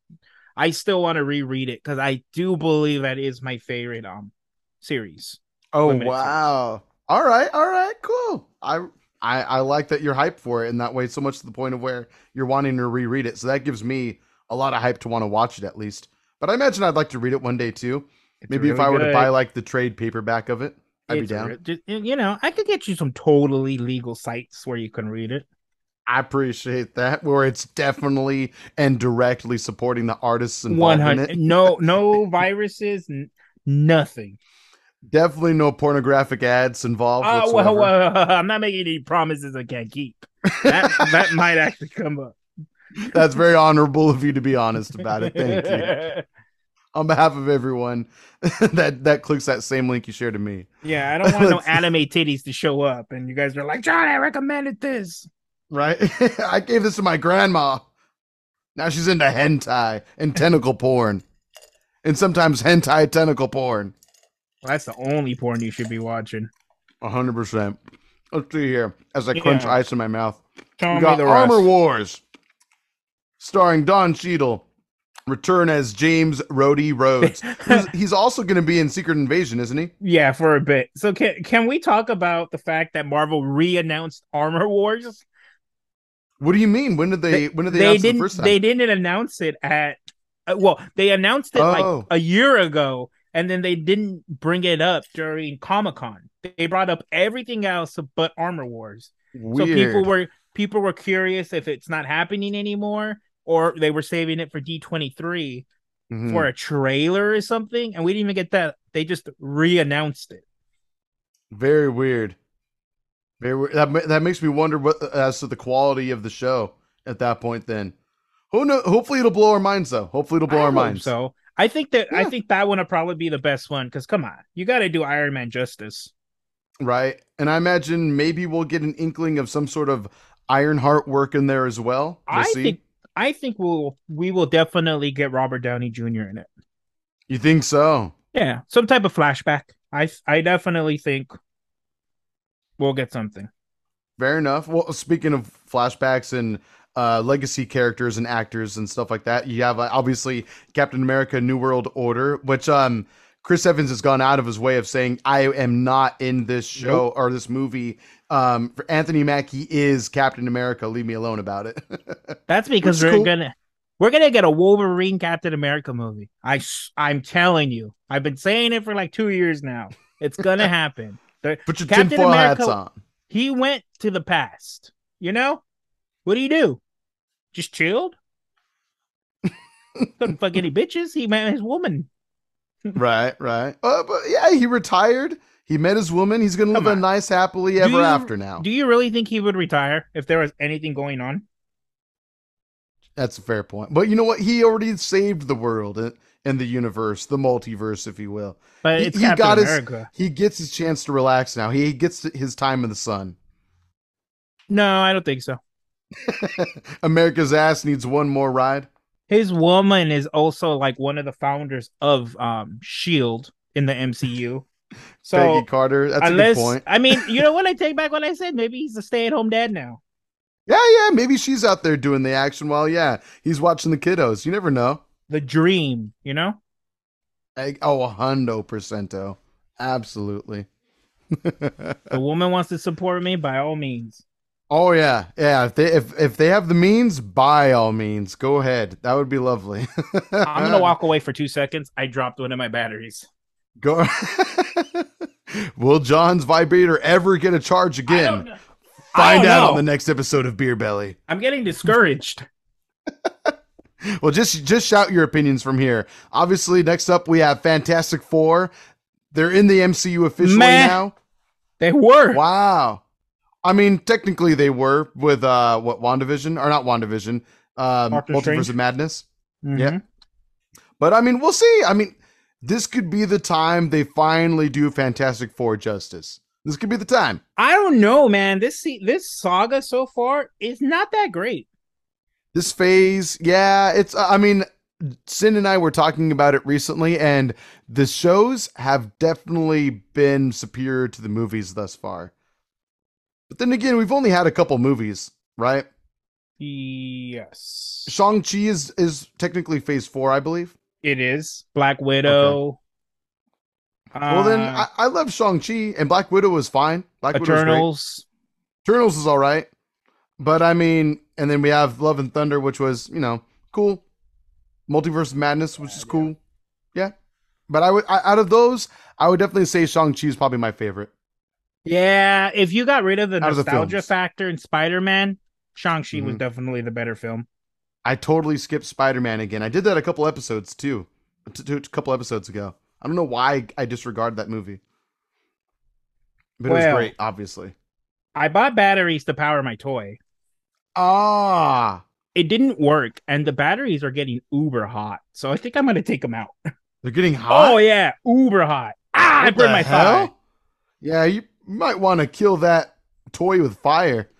I still want to reread it because I do believe that is my favorite um series.
Oh
Limited series.
wow. All right, all right, cool. I I I like that you're hyped for it in that way so much to the point of where you're wanting to reread it. So that gives me a lot of hype to want to watch it at least. But I imagine I'd like to read it one day too.
It's
Maybe if
really
I were to
good.
buy like the trade paperback of it, I'd be
It's
down.
re- just- you know, I could get you some totally legal sites where you can read it.
I appreciate that where it's definitely and directly supporting the artists
One
involved in it.
hundred, no, no viruses, n- nothing.
Definitely no pornographic ads involved.
Oh
whatsoever.
well, well, [LAUGHS] I'm not making any promises I can't keep. That
[LAUGHS]
that might actually come up.
That's very honorable of you to be honest about it. Thank
[LAUGHS]
you. On behalf of everyone [LAUGHS] that that clicks that same link you shared to me.
yeah, I don't want
[LAUGHS]
no
Let's-
anime titties to show up, and you guys are like, John, I recommended this.
Right? [LAUGHS] I gave this to my grandma. Now she's into hentai
[LAUGHS]
and tentacle porn. And sometimes hentai tentacle porn.
Well, that's the only porn you should be watching.
hundred percent. Let's see here. As I crunch
Yeah.
ice in my mouth.
Tell
we
me
got
the
Armor
rest.
Wars, starring Don Cheadle, return as James
[LAUGHS]
Rhodey Rhodes. Who's- he's also going to be in Secret Invasion, isn't he?
Yeah, for a bit. So can can we talk about the fact that Marvel re-announced Armor Wars?
What do you mean? When did they? when did they?
they
announce it
didn't
The first time?
they didn't announce it at uh, well they announced it like
Oh.
a year ago and then they didn't bring it up during comic-con they brought up everything else but armor wars
Weird.
so people were people were curious if it's not happening anymore or they were saving it for d23
Mhm.
for a trailer or something and we didn't even get that they just re-announced it
Very weird. Very weird. That ma- that makes me wonder what as to the quality of the show at that point. Then, who know? Hopefully, it'll blow our minds though. Hopefully, it'll blow
I
our
hope
minds.
so i think that i
Yeah.
think that one will probably be the best one because come on you got to do iron man justice
Right. And I imagine maybe we'll get an inkling of some sort of Ironheart work in there as well. We'll
I
see.
think I think we'll we will definitely get Robert Downey Jr. in it.
you think so?
Yeah, some type of flashback. I I definitely think we'll get something.
Fair enough. Well, speaking of flashbacks and uh, legacy characters and actors and stuff like that, you have uh, obviously Captain America: New World Order, which um Chris Evans has gone out of his way of saying I am not in this show or this movie Um, for Anthony Mackie is Captain America. Leave me alone about it. [LAUGHS]
That's because
is
we're
cool.
gonna we're gonna get a Wolverine Captain America movie. I s- I'm telling you, I've been saying it for like two years now. It's [LAUGHS] gonna happen.
Put your
Captain
tinfoil
America-
hats on.
He went to the past. You know, what do you do? Just [LAUGHS] chilled. Couldn't fuck any bitches. He met his woman.
Right, right. Uh, but yeah, he retired. He met his woman. He's gonna live
Come
a
on.
nice, happily
Do
ever
you-
after. Now,
Do you really think he would retire if there was anything going on?
that's a fair point. But you know what? He already saved the world and- and the universe, the multiverse, if you will.
But
He-
it's
he
Captain
got his-
America.
He gets his chance to relax now. He gets his time in the sun. [LAUGHS]
No, I don't think so.
America's ass needs one more ride.
His woman is also like one of the founders of um Shield in the
[LAUGHS]
MCU. So
Peggy Carter. That's
unless
a good point.
I mean, you know what
[LAUGHS]
I take back what I said? Maybe he's a stay-at-home dad now.
Yeah, yeah. Maybe she's out there doing the action while yeah he's watching the kiddos. You never know.
The dream, you know?
I, oh, a hundo percento. Absolutely.
The woman wants to support me by all means.
Oh yeah, yeah. If they if if they have the means, by all means, go ahead. That would be lovely. [LAUGHS]
I'm gonna walk away for two seconds. I dropped one of my batteries.
Go. [LAUGHS] Will John's vibrator ever get a charge
I don't
again?
know. I
Find
don't
out
know.
on the next episode of Beer Belly.
I'm getting discouraged.
Well, just just shout your opinions from here. Obviously, next up we have Fantastic Four. They're in the MCU officially
Meh.
now.
they were
Wow. I mean, technically they were with uh what WandaVision or not WandaVision, um,
Doctor
Multiverse
Strange.
of Madness.
Mhm.
Yeah. But I mean, we'll see. I mean, this could be the time they finally do Fantastic Four justice. This could be the time.
I don't know, man. This se- this saga so far is not that great.
This phase, yeah, it's. I mean, Sin and I were talking about it recently, and the shows have definitely been superior to the movies thus far. But then again, we've only had a couple movies, right?
Yes.
Shang Chi is is technically Phase Four, I believe.
It is Black Widow.
well, then
uh,
I, I love Shang Chi, and Black Widow was fine. Black Widow was great.
Eternals.
Eternals is all right, but I mean, and then we have Love and Thunder, which was you know cool, Multiverse of Madness, which is cool, yeah. But I would I, out of those, I would definitely say Shang Chi is probably my favorite.
Yeah, if you got rid of the
Out of the
nostalgia
films.
factor in Spider Man, Shang Chi was
Mhm.
definitely the better film.
I totally skipped Spider Man again. I did that a couple episodes too, t- t- a couple episodes ago. I don't know why I disregarded that movie, but it was
Well-
great, obviously.
I bought batteries to power my toy.
Ah,
It didn't work, and the batteries are getting uber hot. So I think I'm gonna take them out.
they're getting hot.
Oh yeah, uber hot. Ah, I
What
burned
the
my
hell?
thigh.
Yeah, you might want to kill that toy with fire.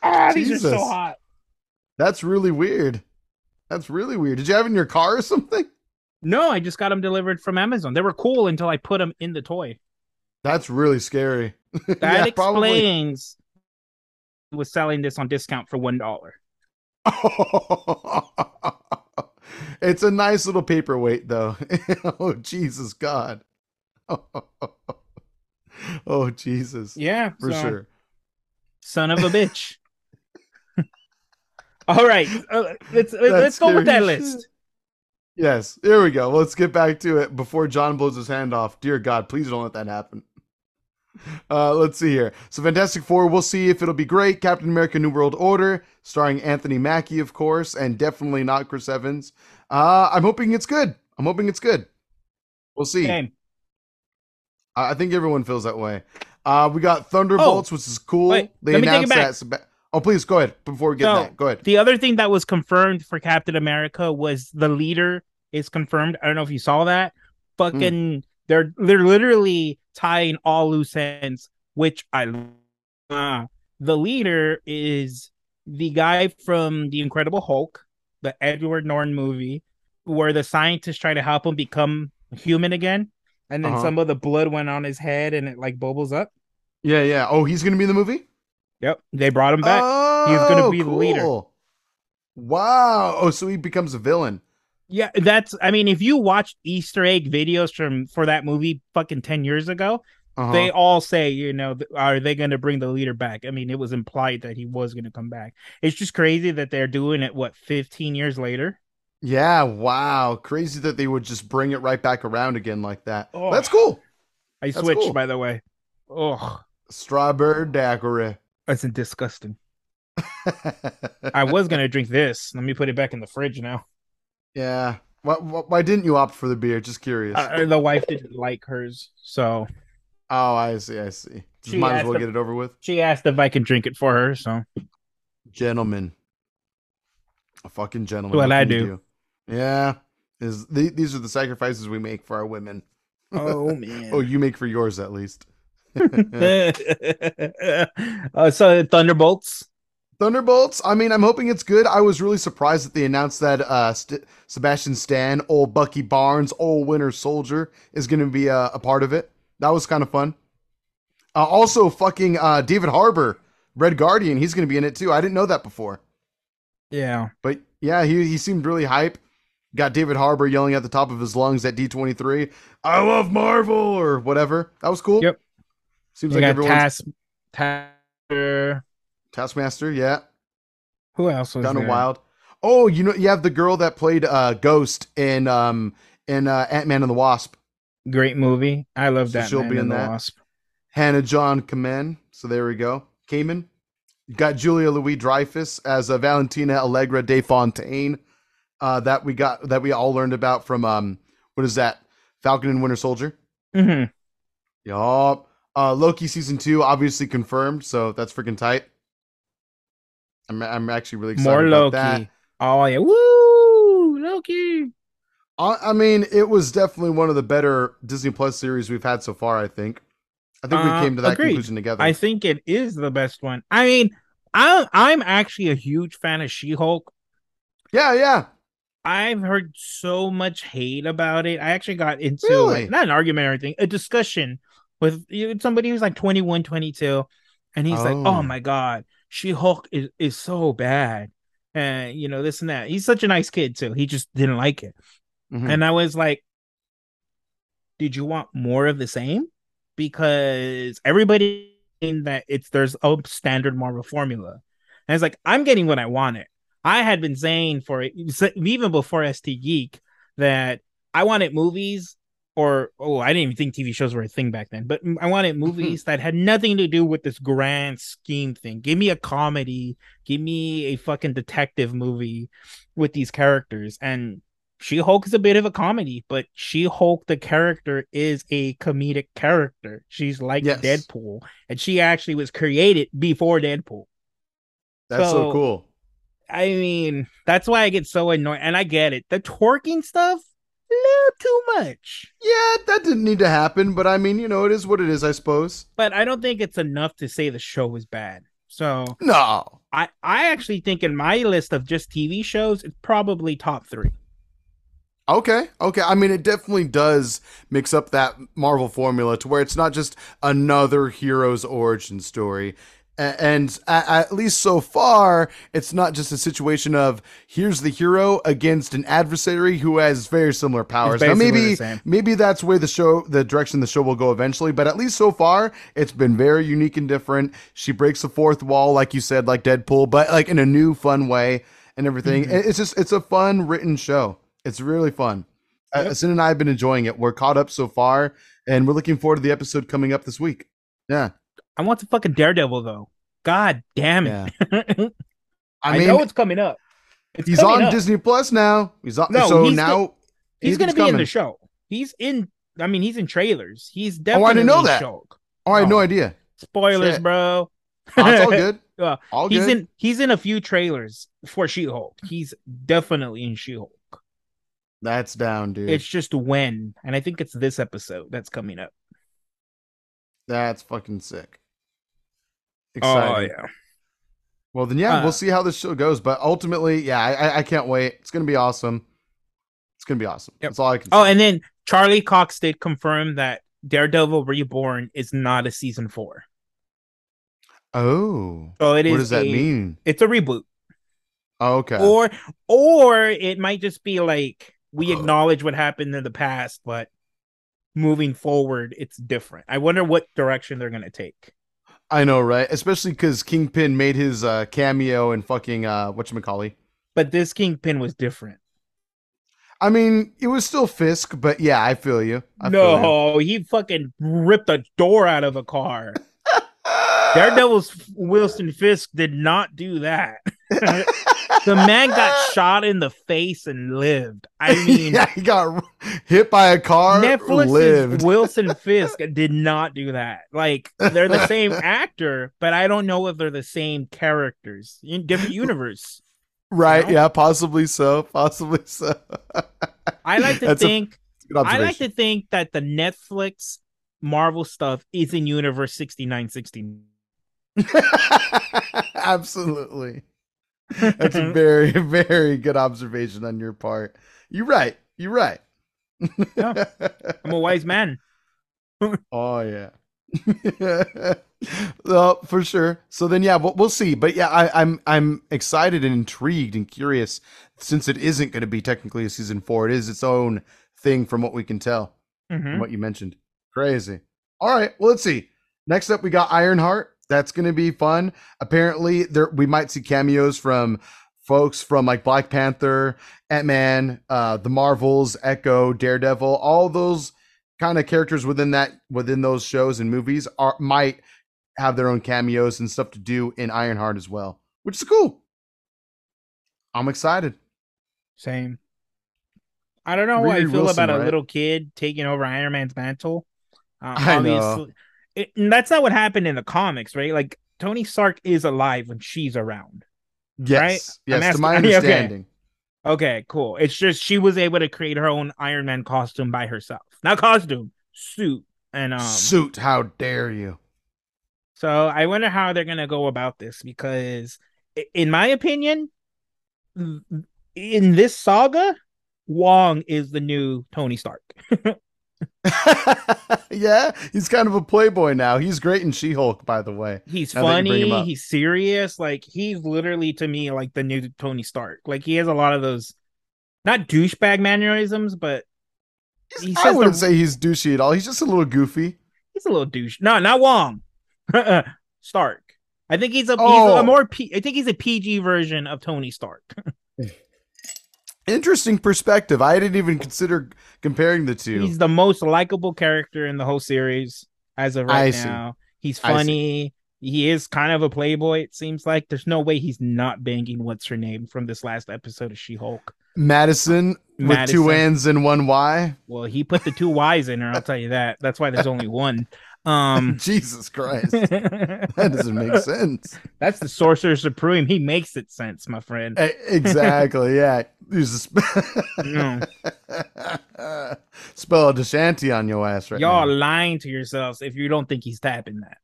Ah, these are
Jesus.
so hot.
That's really weird. That's really weird. Did you have it in your car or something?
No, I just got them delivered from Amazon. They were cool until I put them in the toy.
That's really scary. [LAUGHS]
That
Yeah, probably.
explains he was selling this on discount for one dollar.
[LAUGHS] it's a nice little paperweight, though. [LAUGHS] oh, Jesus God. [LAUGHS] oh, Jesus.
Yeah,
For
so-
sure.
Son of a bitch. All right, uh, let's let's,
That's
let's go with that
scary
list.
shit. Yes, here we go. Let's get back to it before John blows his hand off. Dear God, please don't let that happen. [LAUGHS] Uh, let's see here. So, Fantastic Four, we'll see if it'll be great. Captain America: New World Order, starring Anthony Mackie, of course, and definitely not Chris Evans. Uh, I'm hoping it's good. I'm hoping it's good. We'll see.
Okay.
I I think everyone feels that way. Uh, we got Thunderbolts, which is cool.
Oh, wait,
they
let me take
announced
it back.
that. Seb- oh, please go ahead. Before we get
No.
that, go ahead.
The other thing that was confirmed for Captain America was the leader is confirmed. I don't know if you saw that. Fucking, they're they're literally tying all loose ends, which I. love. Uh, the leader is the guy from the Incredible Hulk, the Edward Norton movie, where the scientists try to help him become human again, and then
Uh-huh.
some of the blood went on his head and it like bubbles up.
Yeah, yeah. Oh, he's gonna be in the movie.
Yep, they brought him back.
Oh,
He's gonna be the leader.
cool. Wow. Oh, so he becomes a villain.
Yeah, that's. I mean, if you watched Easter egg videos from for that movie fucking ten years ago,
Uh-huh.
They all say, you know, th- are they going to bring the leader back? I mean, it was implied that he was going to come back. It's just crazy that they're doing it, what, 15 years later?
yeah, wow. Crazy that they would just bring it right back around again like that.
Oh.
That's cool.
I
That's
switched,
cool.
by the way. Oh,
Strawberry daiquiri. [LAUGHS]
that's disgusting. I was going to drink this. Let me put it back in the fridge now.
yeah. Why, why why didn't you opt for the beer? Just curious.
Uh, the wife didn't like hers. So
oh, I see. I see. Just
She
might as
asked
well
if-
get it over with.
she asked if I could drink it for her. So
Gentlemen. A fucking gentleman.
What I
can you
do.
Yeah. Is the, these are the sacrifices we make for our women.
Oh man. [LAUGHS]
Oh, you make for yours at least.
uh, so Thunderbolts.
Thunderbolts. I mean, I'm hoping it's good. I was really surprised that they announced that uh, St- Sebastian Stan, old Bucky Barnes, old Winter Soldier is going to be uh, a part of it. That was kind of fun. Uh, also, fucking uh, David Harbor, Red Guardian, he's going to be in it too. I didn't know that before,
Yeah.
but yeah, he he seemed really hype. Got David Harbor yelling at the top of his lungs at D23, "I love Marvel" or whatever. That was cool.
Yep.
Seems
You
like
got
everyone's
Task Tasker.
Taskmaster. Yeah.
Who else was
Donna
there?
Wild. Oh, you know, you have the girl that played uh, Ghost in um in uh, Ant Man and the Wasp,
Great movie. I love
So
that.
she'll
Man
be in
and the
that?
Wasp.
Hannah John Kamen. So there we go. Kamen. You Got Julia Louis Dreyfus as uh, Valentina Allegra de Fontaine. Uh, that we got that we all learned about from um what is that Falcon and Winter Soldier.
Mhm.
Yup. Uh, Loki season two obviously confirmed, so that's freaking tight. I'm I'm actually really excited
More
about
Loki.
that.
Oh yeah. Woo Loki.
I I mean, it was definitely one of the better Disney Plus series we've had so far. I think. I think
Uh,
we came to that
agreed.
conclusion together.
I think it is the best one. I mean, I'm I'm actually a huge fan of She-Hulk.
yeah, yeah.
I've heard so much hate about it. I actually got into
Really?
like, not an argument or anything, a discussion with you know, somebody who's like 21, 22. And he's like,
Oh.
oh my God, She Hulk is, is so bad. And, you know, this and that. He's such a nice kid, too. He just didn't like it.
Mhm.
And I was like, did you want more of the same? Because everybody in that it's there's a standard Marvel formula. And it's like, I'm getting what I wanted. I had been saying for it even before ST Geek that I wanted movies or oh, I didn't even think TV shows were a thing back then, but I wanted movies that had nothing to do with this grand scheme thing. Give me a comedy, give me a fucking detective movie with these characters. And She Hulk is a bit of a comedy, but She Hulk, the character, is a comedic character. She's like
Yes.
Deadpool, and she actually was created before Deadpool.
That's so,
so-
cool.
I mean, that's why I get so annoyed, and I get it. The twerking stuff, a little too much.
Yeah, that didn't need to happen, but I mean, you know, it is what it is, I suppose.
but I don't think it's enough to say the show is bad. So
No.
I, I actually think in my list of just TV shows, it's probably top three.
Okay. Okay. I mean, it definitely does mix up that Marvel formula to where it's not just another hero's origin story. A- And a- at least so far, it's not just a situation of here's the hero against an adversary who has very similar powers. Now,
basically
maybe
the same.
maybe that's where the show, the direction the show will go eventually. But at least so far, it's been very unique and different. She breaks the fourth wall, like you said, like Deadpool, but like in a new, fun way and everything.
Mhm.
And It's just it's a fun written show. It's really fun. Uh,
Yep.
Sin and I have been enjoying it. We're caught up so far, and we're looking forward to the episode coming up this week. Yeah,
I want the fucking Daredevil though. God damn it!
yeah.
[LAUGHS] I,
I mean,
know it's coming up. It's
he's
coming
on
up.
Disney Plus now. He's on.
No,
so
he's
now
He's
he's
gonna be in
coming.
the show. He's in. I mean, he's in trailers. He's
Oh,
definitely.
I didn't know that.
Shulk.
oh, I had no
Oh. [LAUGHS]
idea.
Spoilers,
Shit.
bro.
Oh, it's
[LAUGHS]
all good.
Yeah.
all
he's
good.
in. He's in a few trailers for She-Hulk. He's definitely in She-Hulk.
That's down, dude.
It's just when, and I think it's this episode that's coming up.
That's fucking sick.
Oh
Exciting.
yeah.
Well, then, yeah,
Uh,
we'll see how this show goes. But ultimately, yeah, I, I- I can't wait. It's gonna be awesome. It's gonna be awesome.
Yep.
That's all I can.
Oh,
say.
and then Charlie Cox did confirm that Daredevil Reborn is not a season four.
oh,
So it is.
what does that
a-
mean?
It's a reboot,
Oh, okay.
or
Uh.
or it might just be like we acknowledge what happened in the past, but moving forward, it's different. I wonder what direction they're gonna take.
I know, right? Especially because Kingpin made his uh, cameo in fucking uh, whatchamacallit.
But this Kingpin was different.
I mean, it was still Fisk, but yeah, I feel you. I feel you.
no, he fucking ripped a door out of a car.
[LAUGHS]
Daredevil's Wilson Fisk did not do that. The man got shot in the face and lived. I mean,
[LAUGHS] yeah, he got r- hit by a car.
Netflix's
lived. [LAUGHS]
Wilson Fisk did not do that. Like they're the same actor, but I don't know if they're the same characters in different universe.
Right?
know?
Yeah, possibly so. Possibly so.
I like to
That's a
think
Good
I like
observation.
to think that the Netflix Marvel stuff is in universe 6969.
[LAUGHS] Absolutely. That's a very, very good observation on your part. You're right. You're right.
Yeah. I'm a wise man.
[LAUGHS] Oh yeah. [LAUGHS] well, for sure. So then, yeah, we'll, we'll see. But yeah, I, I'm I'm excited and intrigued and curious since it isn't going to be technically a season four. It is its own thing from what we can tell,
Mhm.
from what you mentioned. Crazy. All right. Well, let's see. Next up, we got Ironheart. That's going to be fun. Apparently, there we might see cameos from folks from like Black Panther, Ant Man, uh, the Marvels, Echo, Daredevil, all those kind of characters within that within those shows and movies are might have their own cameos and stuff to do in Ironheart as well, which is cool. I'm excited.
Same. I don't know what I
Reed
feel
Wilson,
about a
right?
little kid taking over Iron Man's mantle. Um,
I know.
obviously, it- and that's not what happened in the comics, right? Like Tony Stark is alive when she's around.
Yes, yes,
I'm
to
asking- [LAUGHS] okay.
my understanding.
Okay, cool. It's just she was able to create her own Iron Man costume by herself. Not costume, suit. And um
Suit, how dare you?
so I wonder how they're gonna go about this because i- in my opinion, th- in this saga, Wong is the new Tony Stark.
[LAUGHS] yeah, he's kind of a playboy now. He's great in She-Hulk, by the way.
He's
Now that you bring him
funny.
up.
He's serious. Like he's literally to me like the new Tony Stark. Like he has a lot of those, not douchebag mannerisms, but
He's-
He
I
says
wouldn't
the-
say he's douchey at all. He's just a little goofy.
he's a little douche. No, not Wong. [LAUGHS] Stark. I think he's a, he's
Oh.
a more. P, I think he's a PG version of Tony Stark.
Interesting perspective. I didn't even consider comparing the two.
[LAUGHS] he's the most likable character in the whole series as of right
I see.
now. He's
I see.
funny. He is kind of a playboy. It seems like there's no way he's not banging what's her name from this last episode of She Hulk.
Madison, with two
Madison.
N's and one Y. [LAUGHS]
Well, he put the two Y's in her. I'll tell you that. That's why there's only one.
[LAUGHS]
Um,
Jesus
[LAUGHS]
Christ. that
that
doesn't make sense.
That's the Sorcerer Supreme. He makes it sense, my fririend.
E- exactly. Yeah. Use a
No.
sp- [LAUGHS] spell a Deshanti on your ass right
Y'all
now.
lying to yourselves if you don't think he's tapping that.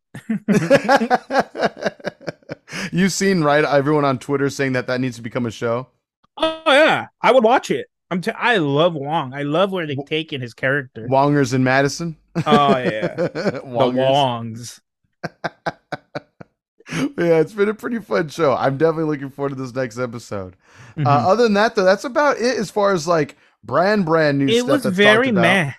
[LAUGHS] You've seen, right? Everyone on Twitter saying that that needs to become a show.
Oh yeah, I would watch it. I'm. T- I love Wong. I love where they've taken his character.
Wongers and Madison.
Oh
[LAUGHS]
yeah, the
Wongers.
Wongs.
Yeah, it's been a pretty fun show. I'm definitely looking forward to this next episode.
Mhm.
Uh, other than that, though, that's about it as far as like brand brand new
Mm-hmm. it
stuff.
was
that's
very
talked about.
meh.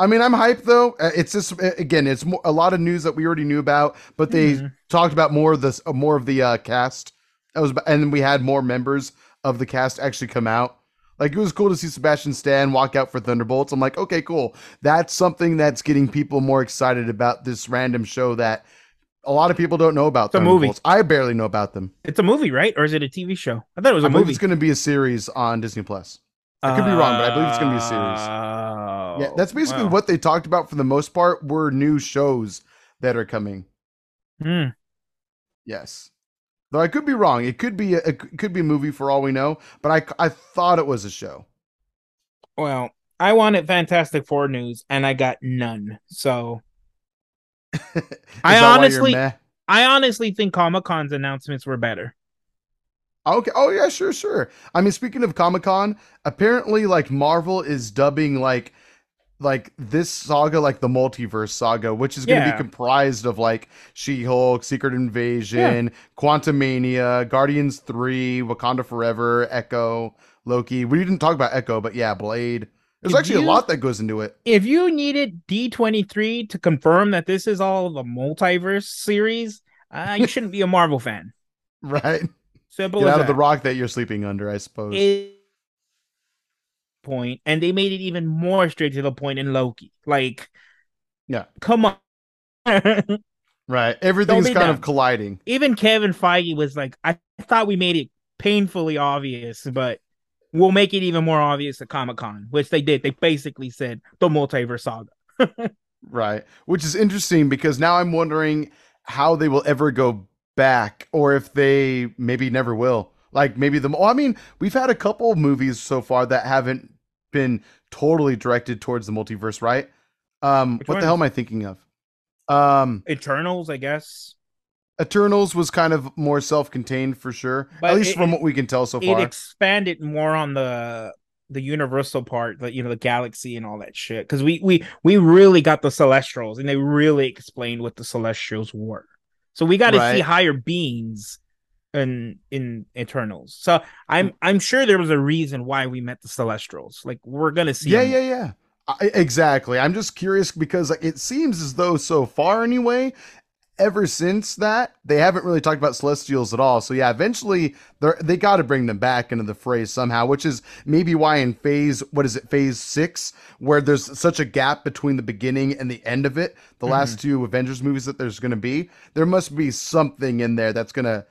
I mean, I'm hyped though. Uh, It's just uh, again, it's more, a lot of news that we already knew about, but they
Mhm.
talked about more of this, uh, more of the uh, cast. That was, and then we had more members of the cast actually come out. Like it was cool to see Sebastian Stan walk out for Thunderbolts. I'm like, okay, cool. That's something that's getting people more excited about this random show that a lot of people don't know about.
It's a movie.
Thunderbolts. I barely know about them.
It's a movie, right? Or is it a TV show? I thought it was a
I believe
movie.
it's going to be a series on Disney Plus. I could be wrong, but I believe it's gonna be a series.
series.
Yeah, that's basically what they talked about for the most part were new shows that are coming.
Hmm.
Yes. Though I could be wrong. It could be a, it could be a movie for all we know, but I I thought it was a show.
Well, I wanted Fantastic Four news and I got none. So
Is
I
that why you're
honestly-
meh?
I honestly think Comic Con's announcements were better.
Okay. Oh yeah, sure, sure. I mean, speaking of Comic-Con, apparently like Marvel is dubbing like like this saga like the multiverse saga, which is going to
Yeah.
be comprised of like She-Hulk, Secret Invasion, Quantum Quantumania, Guardians 3, Wakanda Forever, Echo, Loki. We didn't talk about Echo, but yeah, Blade, There's
If
actually
you-
a lot that goes into it. [LAUGHS]
if you needed D23 to confirm that this is all the multiverse series, uh, you shouldn't be a Marvel fan.
Right.
Simple
Get
as
out of the
that.
rock that you're sleeping under, I suppose.
It- point, and they made it even more straight to the point in Loki. Like,
Yeah.
come on. [LAUGHS]
right. Everything's
be
kind of
dumb.
colliding.
even Kevin Feige was like, I thought we made it painfully obvious, but we'll make it even more obvious at Comic Con, which they did. They basically said the multiverse saga.
Right. Which is interesting because now I'm wondering how they will ever go back or if they maybe never will. Like maybe the oh, I mean, we've had a couple of movies so far that haven't been totally directed towards the multiverse, right? Um
Which
what the hell am I thinking of? Um
Eternals, I guess.
Eternals was kind of more self-contained for sure.
But
At least
it-
from what we can tell so
it
far.
expanded more on the the universal part like you know the galaxy and all that shit because we we we really got the celestials and they really explained what the celestials were so we got to see
Right.
higher beings in in eternals so i'm i'm sure there was a reason why we met the celestials like we're gonna see
yeah,
them.
yeah, yeah. I, e, exactly. I'm just curious because like, it seems as though so far anyway, ever since that, they haven't really talked about celestials at all. So yeah, eventually they they got to bring them back into the fray somehow, which is maybe why in phase what is it, phase 6, where there's such a gap between the beginning and the end of it, the
Mm-hmm.
last two Avengers movies that there's going to be, there must be something in there that's going to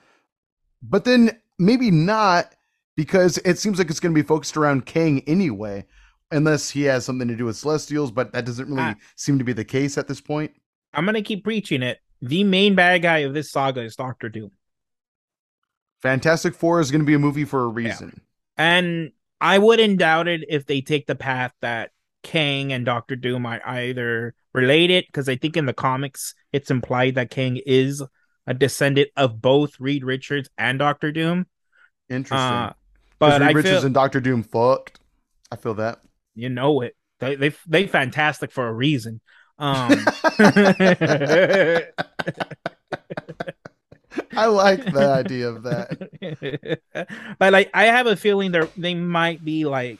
but then maybe not because it seems like it's going to be focused around Kang anyway, unless he has something to do with Celestials. But that doesn't really
Ah.
seem to be the case at this point.
i'm gonna keep preaching it the main bad guy of this saga is dr doom
Fantastic Four is going to be a movie for a reason.
And I wouldn't doubt it if they take the path that Kang and Doctor Doom are either related, because I think in the comics it's implied that Kang is a descendant of both Reed Richards and Doctor Doom.
Interesting.
Uh,
'Cause
but
Reed
I
Richards
feel
and Doctor Doom fucked. I feel
[LAUGHS]
that. [LAUGHS]
you know it. They they they fantastic for a reason.
[LAUGHS]
Um, [LAUGHS]
I like the idea of that.
but like I have a feeling they they might be like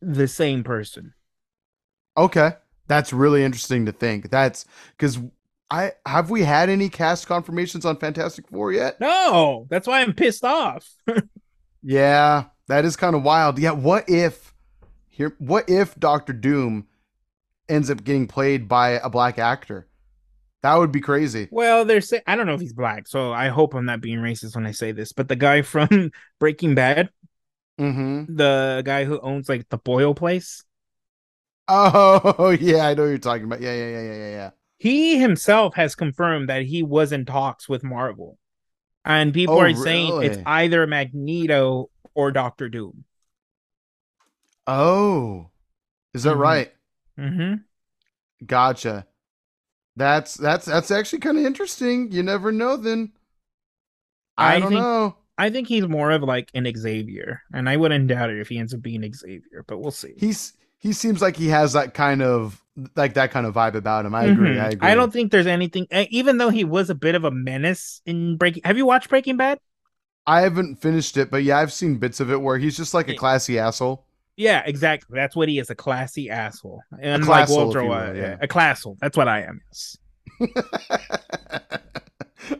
the same person.
Okay. That's really interesting to think. That's because I have we had any cast confirmations on Fantastic Four yet?
No, that's why I'm pissed off.
Yeah, that is kind of wild. Yeah, what if here what if Doctor Doom ends up getting played by a black actor? That would be crazy.
Well, they're say- I don't know if he's black, so I hope I'm not being racist when I say this. But the guy [LAUGHS] from Breaking Bad,
Mm-hmm.
the guy who owns like the Boyle place,
Oh [LAUGHS] yeah, I know what you're talking about. Yeah, yeah, yeah, yeah, yeah, yeah.
he himself has confirmed that he was in talks with Marvel, and people
Oh,
are saying it's
really?
either Magneto or Doctor Doom.
Oh. Is that
Mhm.
right?
hmm
Gotcha. That's that's that's actually kind of interesting. You never know then. I,
I
don't
think-
know.
I think he's more of like an Xavier, and I wouldn't doubt it if he ends up being Xavier. But we'll see.
He's he seems like he has that kind of like that kind of vibe about him. I agree.
Mhm.
I agree.
I don't think there's anything, e- even though he was a bit of a menace in Breaking. Have you watched Breaking Bad?
I haven't finished it, but yeah, I've seen bits of it where he's just like a
Yeah.
classy asshole. [LAUGHS]
Yeah, exactly. That's what he is—a classy asshole, and
classhole,
like
if you
Walter
will,
was
yeah.
a classhole. That's what I am. Yes.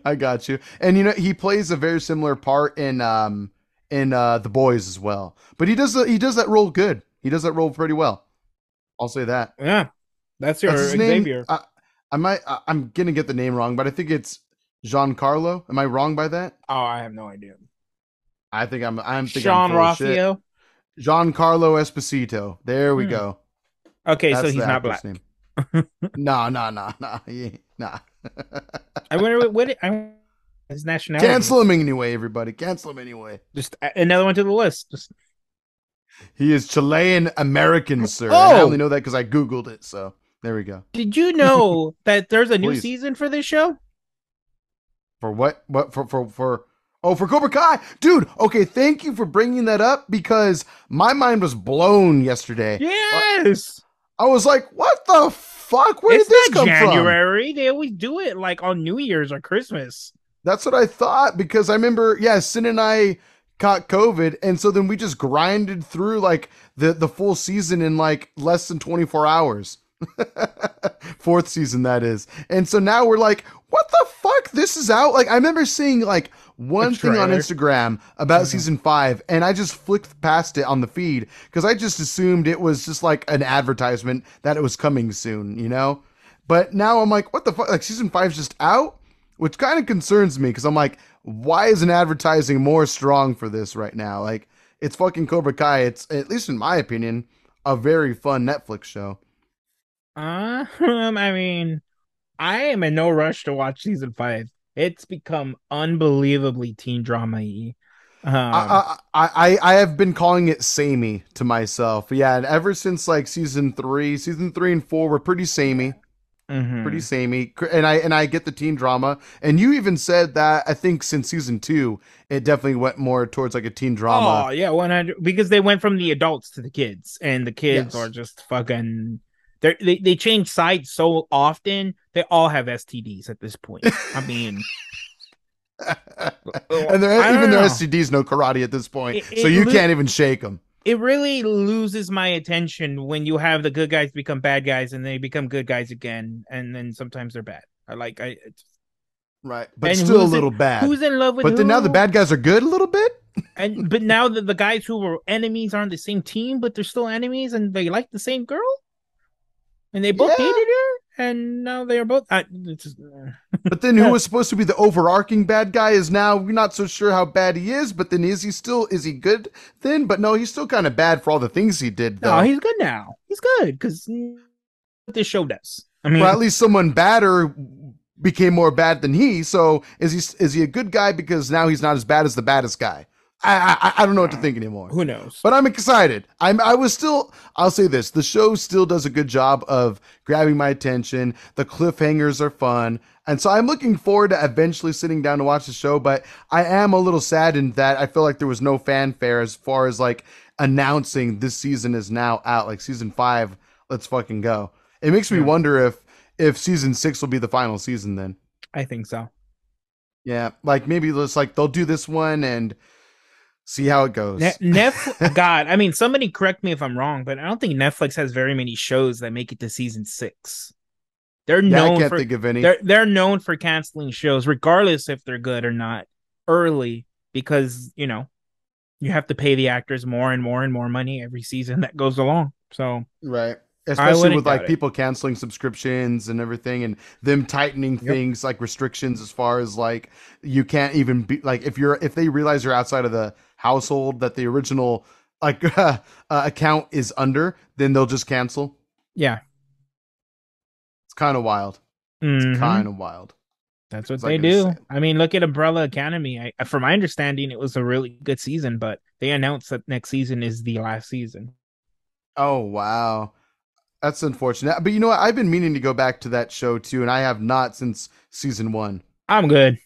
I got you. And you know, he plays a very similar part in um in uh The Boys as well. But he does the, he does that role good. He does that role pretty well. I'll say that.
Yeah, that's your
That's his name.
Xavier.
I, I might I, I'm going to get the name wrong, but I think it's Giancarlo. Am I wrong by that?
Oh, I have no idea.
I think I'm I'm thinking
Sean
I'm full of shit.
Raphael.
Giancarlo Esposito. There we
Hmm.
go.
Okay, so
That's
he's
the
not
actor's
black.
Name. no, no, no, no, he-
[LAUGHS]
nah.
I wonder what, what it, I, his nationality.
Cancel him anyway, everybody. Cancel him anyway.
Just a- another one to the list. Just
He is Chilean American, sir. And I
Oh!
only know that because I Googled it. So there we go.
did you
[LAUGHS]
know that there's a new
Please.
season for this show?
For what? What for? For for. Oh, for Cobra Kai, dude. Okay, thank you for bringing that up because my mind was blown yesterday.
Yes.
I was like, "What the fuck? Where
it's
did this
not
come from?"
January. They always do it like on New Year's or Christmas.
That's what I thought because I remember, yeah, Sin and I caught COVID, and so then we just grinded through like the the full season in like less than 24 hours. [LAUGHS] Fourth season that is. And so now we're like, what the fuck? This is out. Like I remember seeing like one thing on
trailer.
Instagram about
Mhm.
season 5 and I just flicked past it on the feed cuz I just assumed it was just like an advertisement that it was coming soon, you know? But now I'm like, what the fuck? Like season 5's just out? which kind of concerns me because I'm like, why isn't advertising more strong for this right now? Like, it's fucking Cobra Kai. It's at least in my opinion, a very fun Netflix show.
Um, [LAUGHS] I mean, I am in no rush to watch season five. It's become unbelievably teen drama y. Um,
I, I I I have been calling it samey to myself. Yeah, and ever since like season three, season three and four were pretty samey,
mhm.
pretty samey. Cr- And I and I get the teen drama. And you even said that I think since season two, it definitely went more towards like a teen drama.
Oh yeah, one hundred because they went from the adults to the kids, and the kids
Yes.
are just fucking. They they they change sides so often. They all have STDs at this point. I
[LAUGHS]
mean,
and
I
they're,
don't
even their
know.
STDs know karate at this point,
It-
so
it
you
lit-
can't even shake them.
it really loses my attention when you have the good guys become bad guys, and they become good guys again, and then sometimes they're bad. I like I it's-
Right, but
And
still a
who's in-
little bad.
who's in love with
but then now the
who?
bad guys are good a little bit.
and but now that the guys who were enemies are on the same team, but they're still enemies, and they like the same girl, and they both
Yeah.
dated her, and now they are both. I, it's just,
But then who was supposed to be the overarching bad guy is now we're not so sure how bad he is. But then is he still is he good then? But no, he's still kind of bad for all the things he did though.
no, he's good now. He's good because this show does. I mean,
or at least someone badder became more bad than he. So is he is he a good guy because now he's not as bad as the baddest guy? I I, I don't know what to think anymore.
who knows?
But I'm excited. I'm I was still I'll say this, the show still does a good job of grabbing my attention. The cliffhangers are fun. And so I'm looking forward to eventually sitting down to watch the show, but I am a little saddened that I feel like there was no fanfare as far as like announcing this season is now out, like season 5, let's fucking go. It makes me
Yeah.
wonder if if season 6 will be the final season then.
I think so.
Yeah, like maybe just like they'll do this one and see how it goes.
Ne-
[LAUGHS]
Netflix, God, I mean, somebody correct me if I'm wrong, but I don't think Netflix has very many shows that make it to season six. They're
yeah, I
known
can't
for
think of any.
they're they're known for canceling shows regardless if they're good or not early because you know you have to pay the actors more and more and more money every season that goes along so
Right. Especially
wouldn't
with like
doubt it.
people canceling subscriptions and everything and them tightening
Yep.
things like restrictions as far as like you can't even be like if you're if they realize you're outside of the household that the original like [LAUGHS] uh, account is under, then they'll just cancel.
yeah
It's kind of wild.
Mhm.
Kind of wild.
that's what
it's
they
like I
do
said.
i mean look at umbrella academy I, I- from my understanding it was a really good season but they announced that next season is the last season
Oh wow. That's unfortunate. But you know what? I've been meaning to go back to that show too and I have not since season 1.
i'm good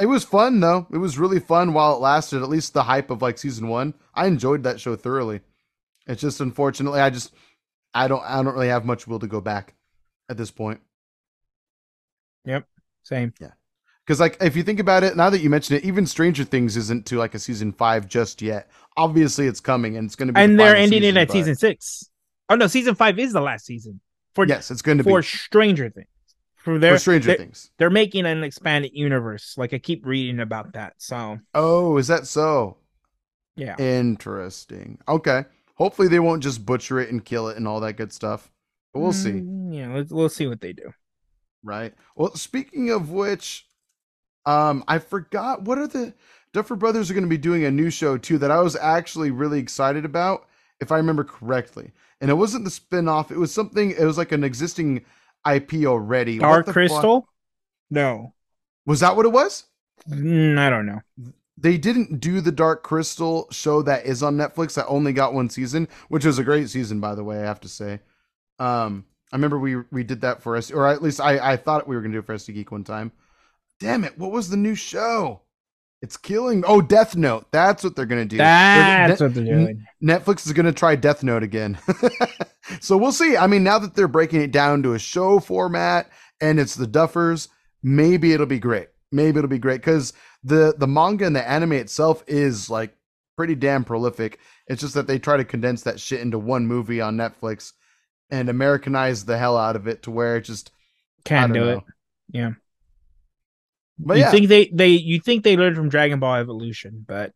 It was fun though. It was really fun while it lasted. At least the hype of like season one. I enjoyed that show thoroughly. It's just unfortunately, I just I don't I don't really have much will to go back at this point.
same
Because like if you think about it, now that you mention it, even Stranger Things isn't to like a season five just yet. Obviously, it's coming and it's going to be. the
and they're
final
ending
season,
it at
but-
season six. Oh no season five is the last season for
Yes, it's going to be
for
for
stranger things for their
Stranger
their-
Things.
they're making an expanded universe. Like I keep reading about that. So
Oh, is that so?
yeah,
Interesting. Okay. Hopefully, they won't just butcher it and kill it and all that good stuff. But we'll see.
Mm, Yeah, let's, we'll see what they do.
Right. Well, speaking of which, um, I forgot what are the Duffer Brothers are going to be doing a new show too that I was actually really excited about, if I remember correctly. And it wasn't the spin-off, it was something it was like an existing IP already. What
Dark
the fuck-
Crystal? No,
Was that what it was?
Mm, I don't know.
They didn't do the Dark Crystal show that is on Netflix that only got one season, which was a great season, by the way, I have to say. Um, I remember we we did that for us, or at least I I thought we were gonna do it for SD Geek one time. Damn it! What was the new show? It's killing. Oh, Death Note. That's what they're gonna do. They're-
That's what they're
n-
doing.
Netflix is going to try Death Note again. [LAUGHS] so we'll see. I mean, now that they're breaking it down to a show format and it's the Duffers, maybe it'll be great. Maybe it'll be great because the the manga and the anime itself is like pretty damn prolific. It's just that they try to condense that shit into one movie on Netflix and Americanize the hell out of it to where it just
Can
I
do
don't
it.
know.
Yeah.
But
you
yeah,
think they they you think they learned from Dragon Ball Evolution, but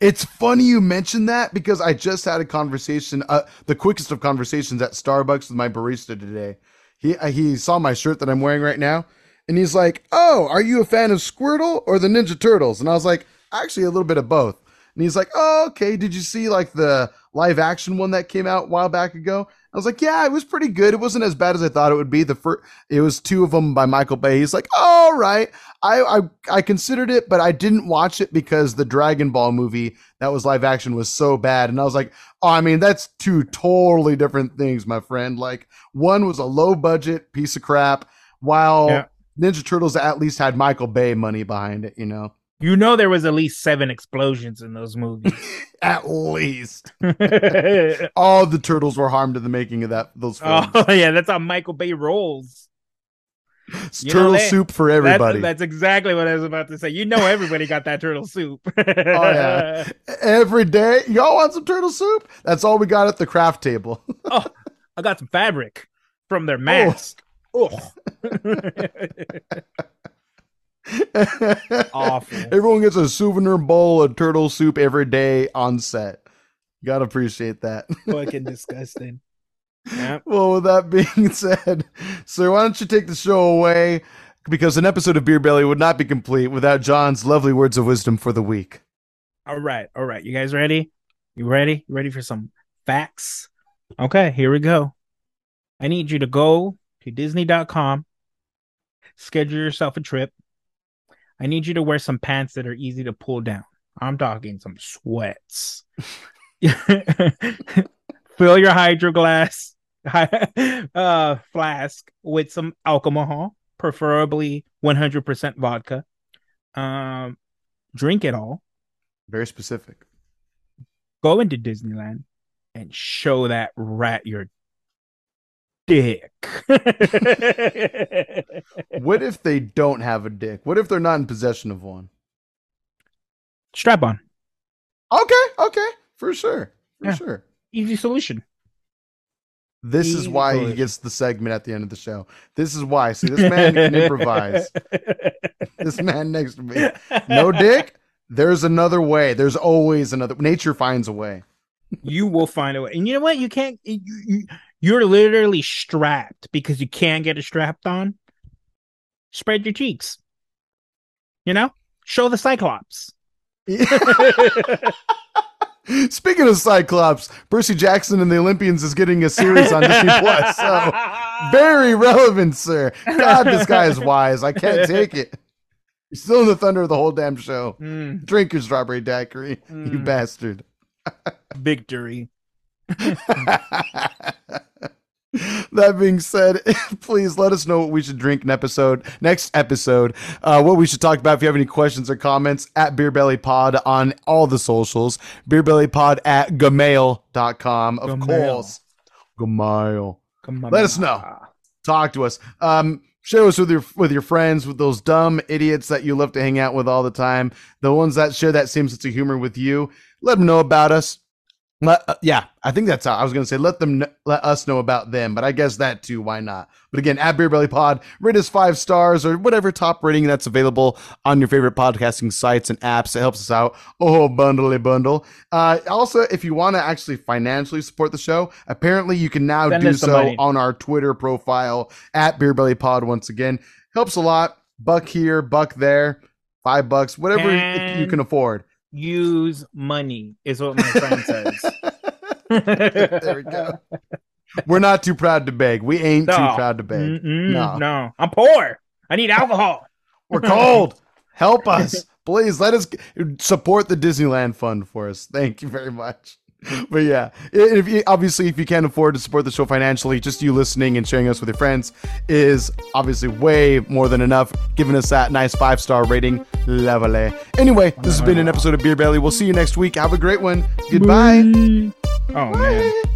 it's funny you mentioned that because I just had a conversation, uh, the quickest of conversations at Starbucks with my barista today. He uh, he saw my shirt that I'm wearing right now, and he's like, "Oh, are you a fan of Squirtle or the Ninja Turtles?" And I was like, "Actually, a little bit of both." And he's like, "Oh, okay. Did you see like the live action one that came out a while back ago?" I was like, "Yeah, it was pretty good. It wasn't as bad as I thought it would be." The first, it was two of them by Michael Bay. He's like, "All right, I, I I considered it, but I didn't watch it because the Dragon Ball movie that was live action was so bad." And I was like, "Oh, I mean, that's two totally different things, my friend. Like, one was a low budget piece of crap, while
Yeah.
Ninja Turtles at least had Michael Bay money behind it, you know,
you know there was at least seven explosions in those
[LAUGHS]
movies. [LAUGHS]
at least."
oh
all the turtles were harmed in the making of that
[LAUGHS]
those films.
yeah, that's how Michael Bay rolls.
It's
you know,
turtle
they-
soup for
That's-
everybody.
That's, exactly what I was about to say. You know everybody got that turtle soup. [LAUGHS] oh
yeah. Every day, y'all want some turtle soup? That's all we got at the craft table.
[LAUGHS] I got some fabric from their mask.
[LAUGHS]
Oh. [LAUGHS] Awful.
Everyone gets a souvenir bowl of turtle soup every day on set. You gotta appreciate that.
Fucking disgusting. Yeah.
[LAUGHS] Well, with that being [LAUGHS] said, sir, why don't you take the show away? Because an episode of Beer Belly would not be complete without John's lovely words of wisdom for the week.
All right. All right. You guys ready? You ready? You ready for some facts? Okay, here we go. I need you to go to Disney.com, schedule yourself a trip. I need you to wear some pants that are easy to pull down. I'm talking some sweats. [LAUGHS] Fill your hydro glass [LAUGHS] hy- uh, flask with some alcohol, preferably 100% vodka. Um, drink it all
Very specific.
go into Disneyland and show that rat your
[LAUGHS]
dick.
What if they don't have a dick? What if they're not in possession of one?
Strap on.
Okay, okay, for sure, for
Yeah.
sure.
Easy solution.
[LAUGHS] This is
Easy
why he
solution.
gets the segment at the end of the show. This is why. See, this
[LAUGHS]
man can improvise. This man next to me.
[LAUGHS]
No dick. There's another way. There's always another. Nature finds a way. [LAUGHS]
You will find a way. And you know what? You can't you, you you're literally strapped because you can't get it strapped on. Spread your cheeks. You know? Show the cyclops.
Speaking of Cyclops, Percy Jackson and the Olympians is getting a [LAUGHS] series on Disney Plus.
[LAUGHS]
So very relevant, sir. God, this guy is wise. I can't take it. You're still in the thunder of the whole damn show.
Mm,
Drink your strawberry daiquiri, you
mm,
bastard.
victory.
[LAUGHS] that being said, please let us know what we should drink in episode next episode. Uh, what we should talk about. If you have any questions or comments, at Beer Belly Pod on all the socials. Beer Belly Pod at gmail.com, of
Gmail.
course. Gmail.
Come on.
Let us know. Talk to us. Um, share us with your with your friends, with those dumb idiots that you love to hang out with all the time. The ones that share that same sense of humor with you. Let them know about us. Let, uh, yeah, I think that's how I was going to say. Let them kn- let us know about them, but I guess that too. Why not? But again, at Beer Belly Pod, rate us five stars or whatever top rating that's available on your favorite podcasting sites and apps. It helps us out. Oh, bundly bundle. Uh, also, if you want to actually financially support the show, apparently you can now
Send
do
us some
so
money.
on our Twitter profile at Beer Belly Pod. Once again, helps a lot. Buck here, buck there, five bucks, whatever
And-
you can afford.
use money is what my friend says.
there we go. We're not too proud to beg. We ain't too
No. Mm-hmm.
proud to beg.
Mm-mm,
No.
no. I'm poor. I need alcohol.
We're cold. Help us. Please let us support the Disneyland fund for us. Thank you very much. But yeah, if you, obviously if you can't afford to support the show financially, just you listening and sharing us with your friends is obviously way more than enough. Giving us that nice five star rating, lovely. Anyway, this has been an episode of Beer Belly. We'll see you next week. Have a great one. Goodbye.
Oh man.
Bye.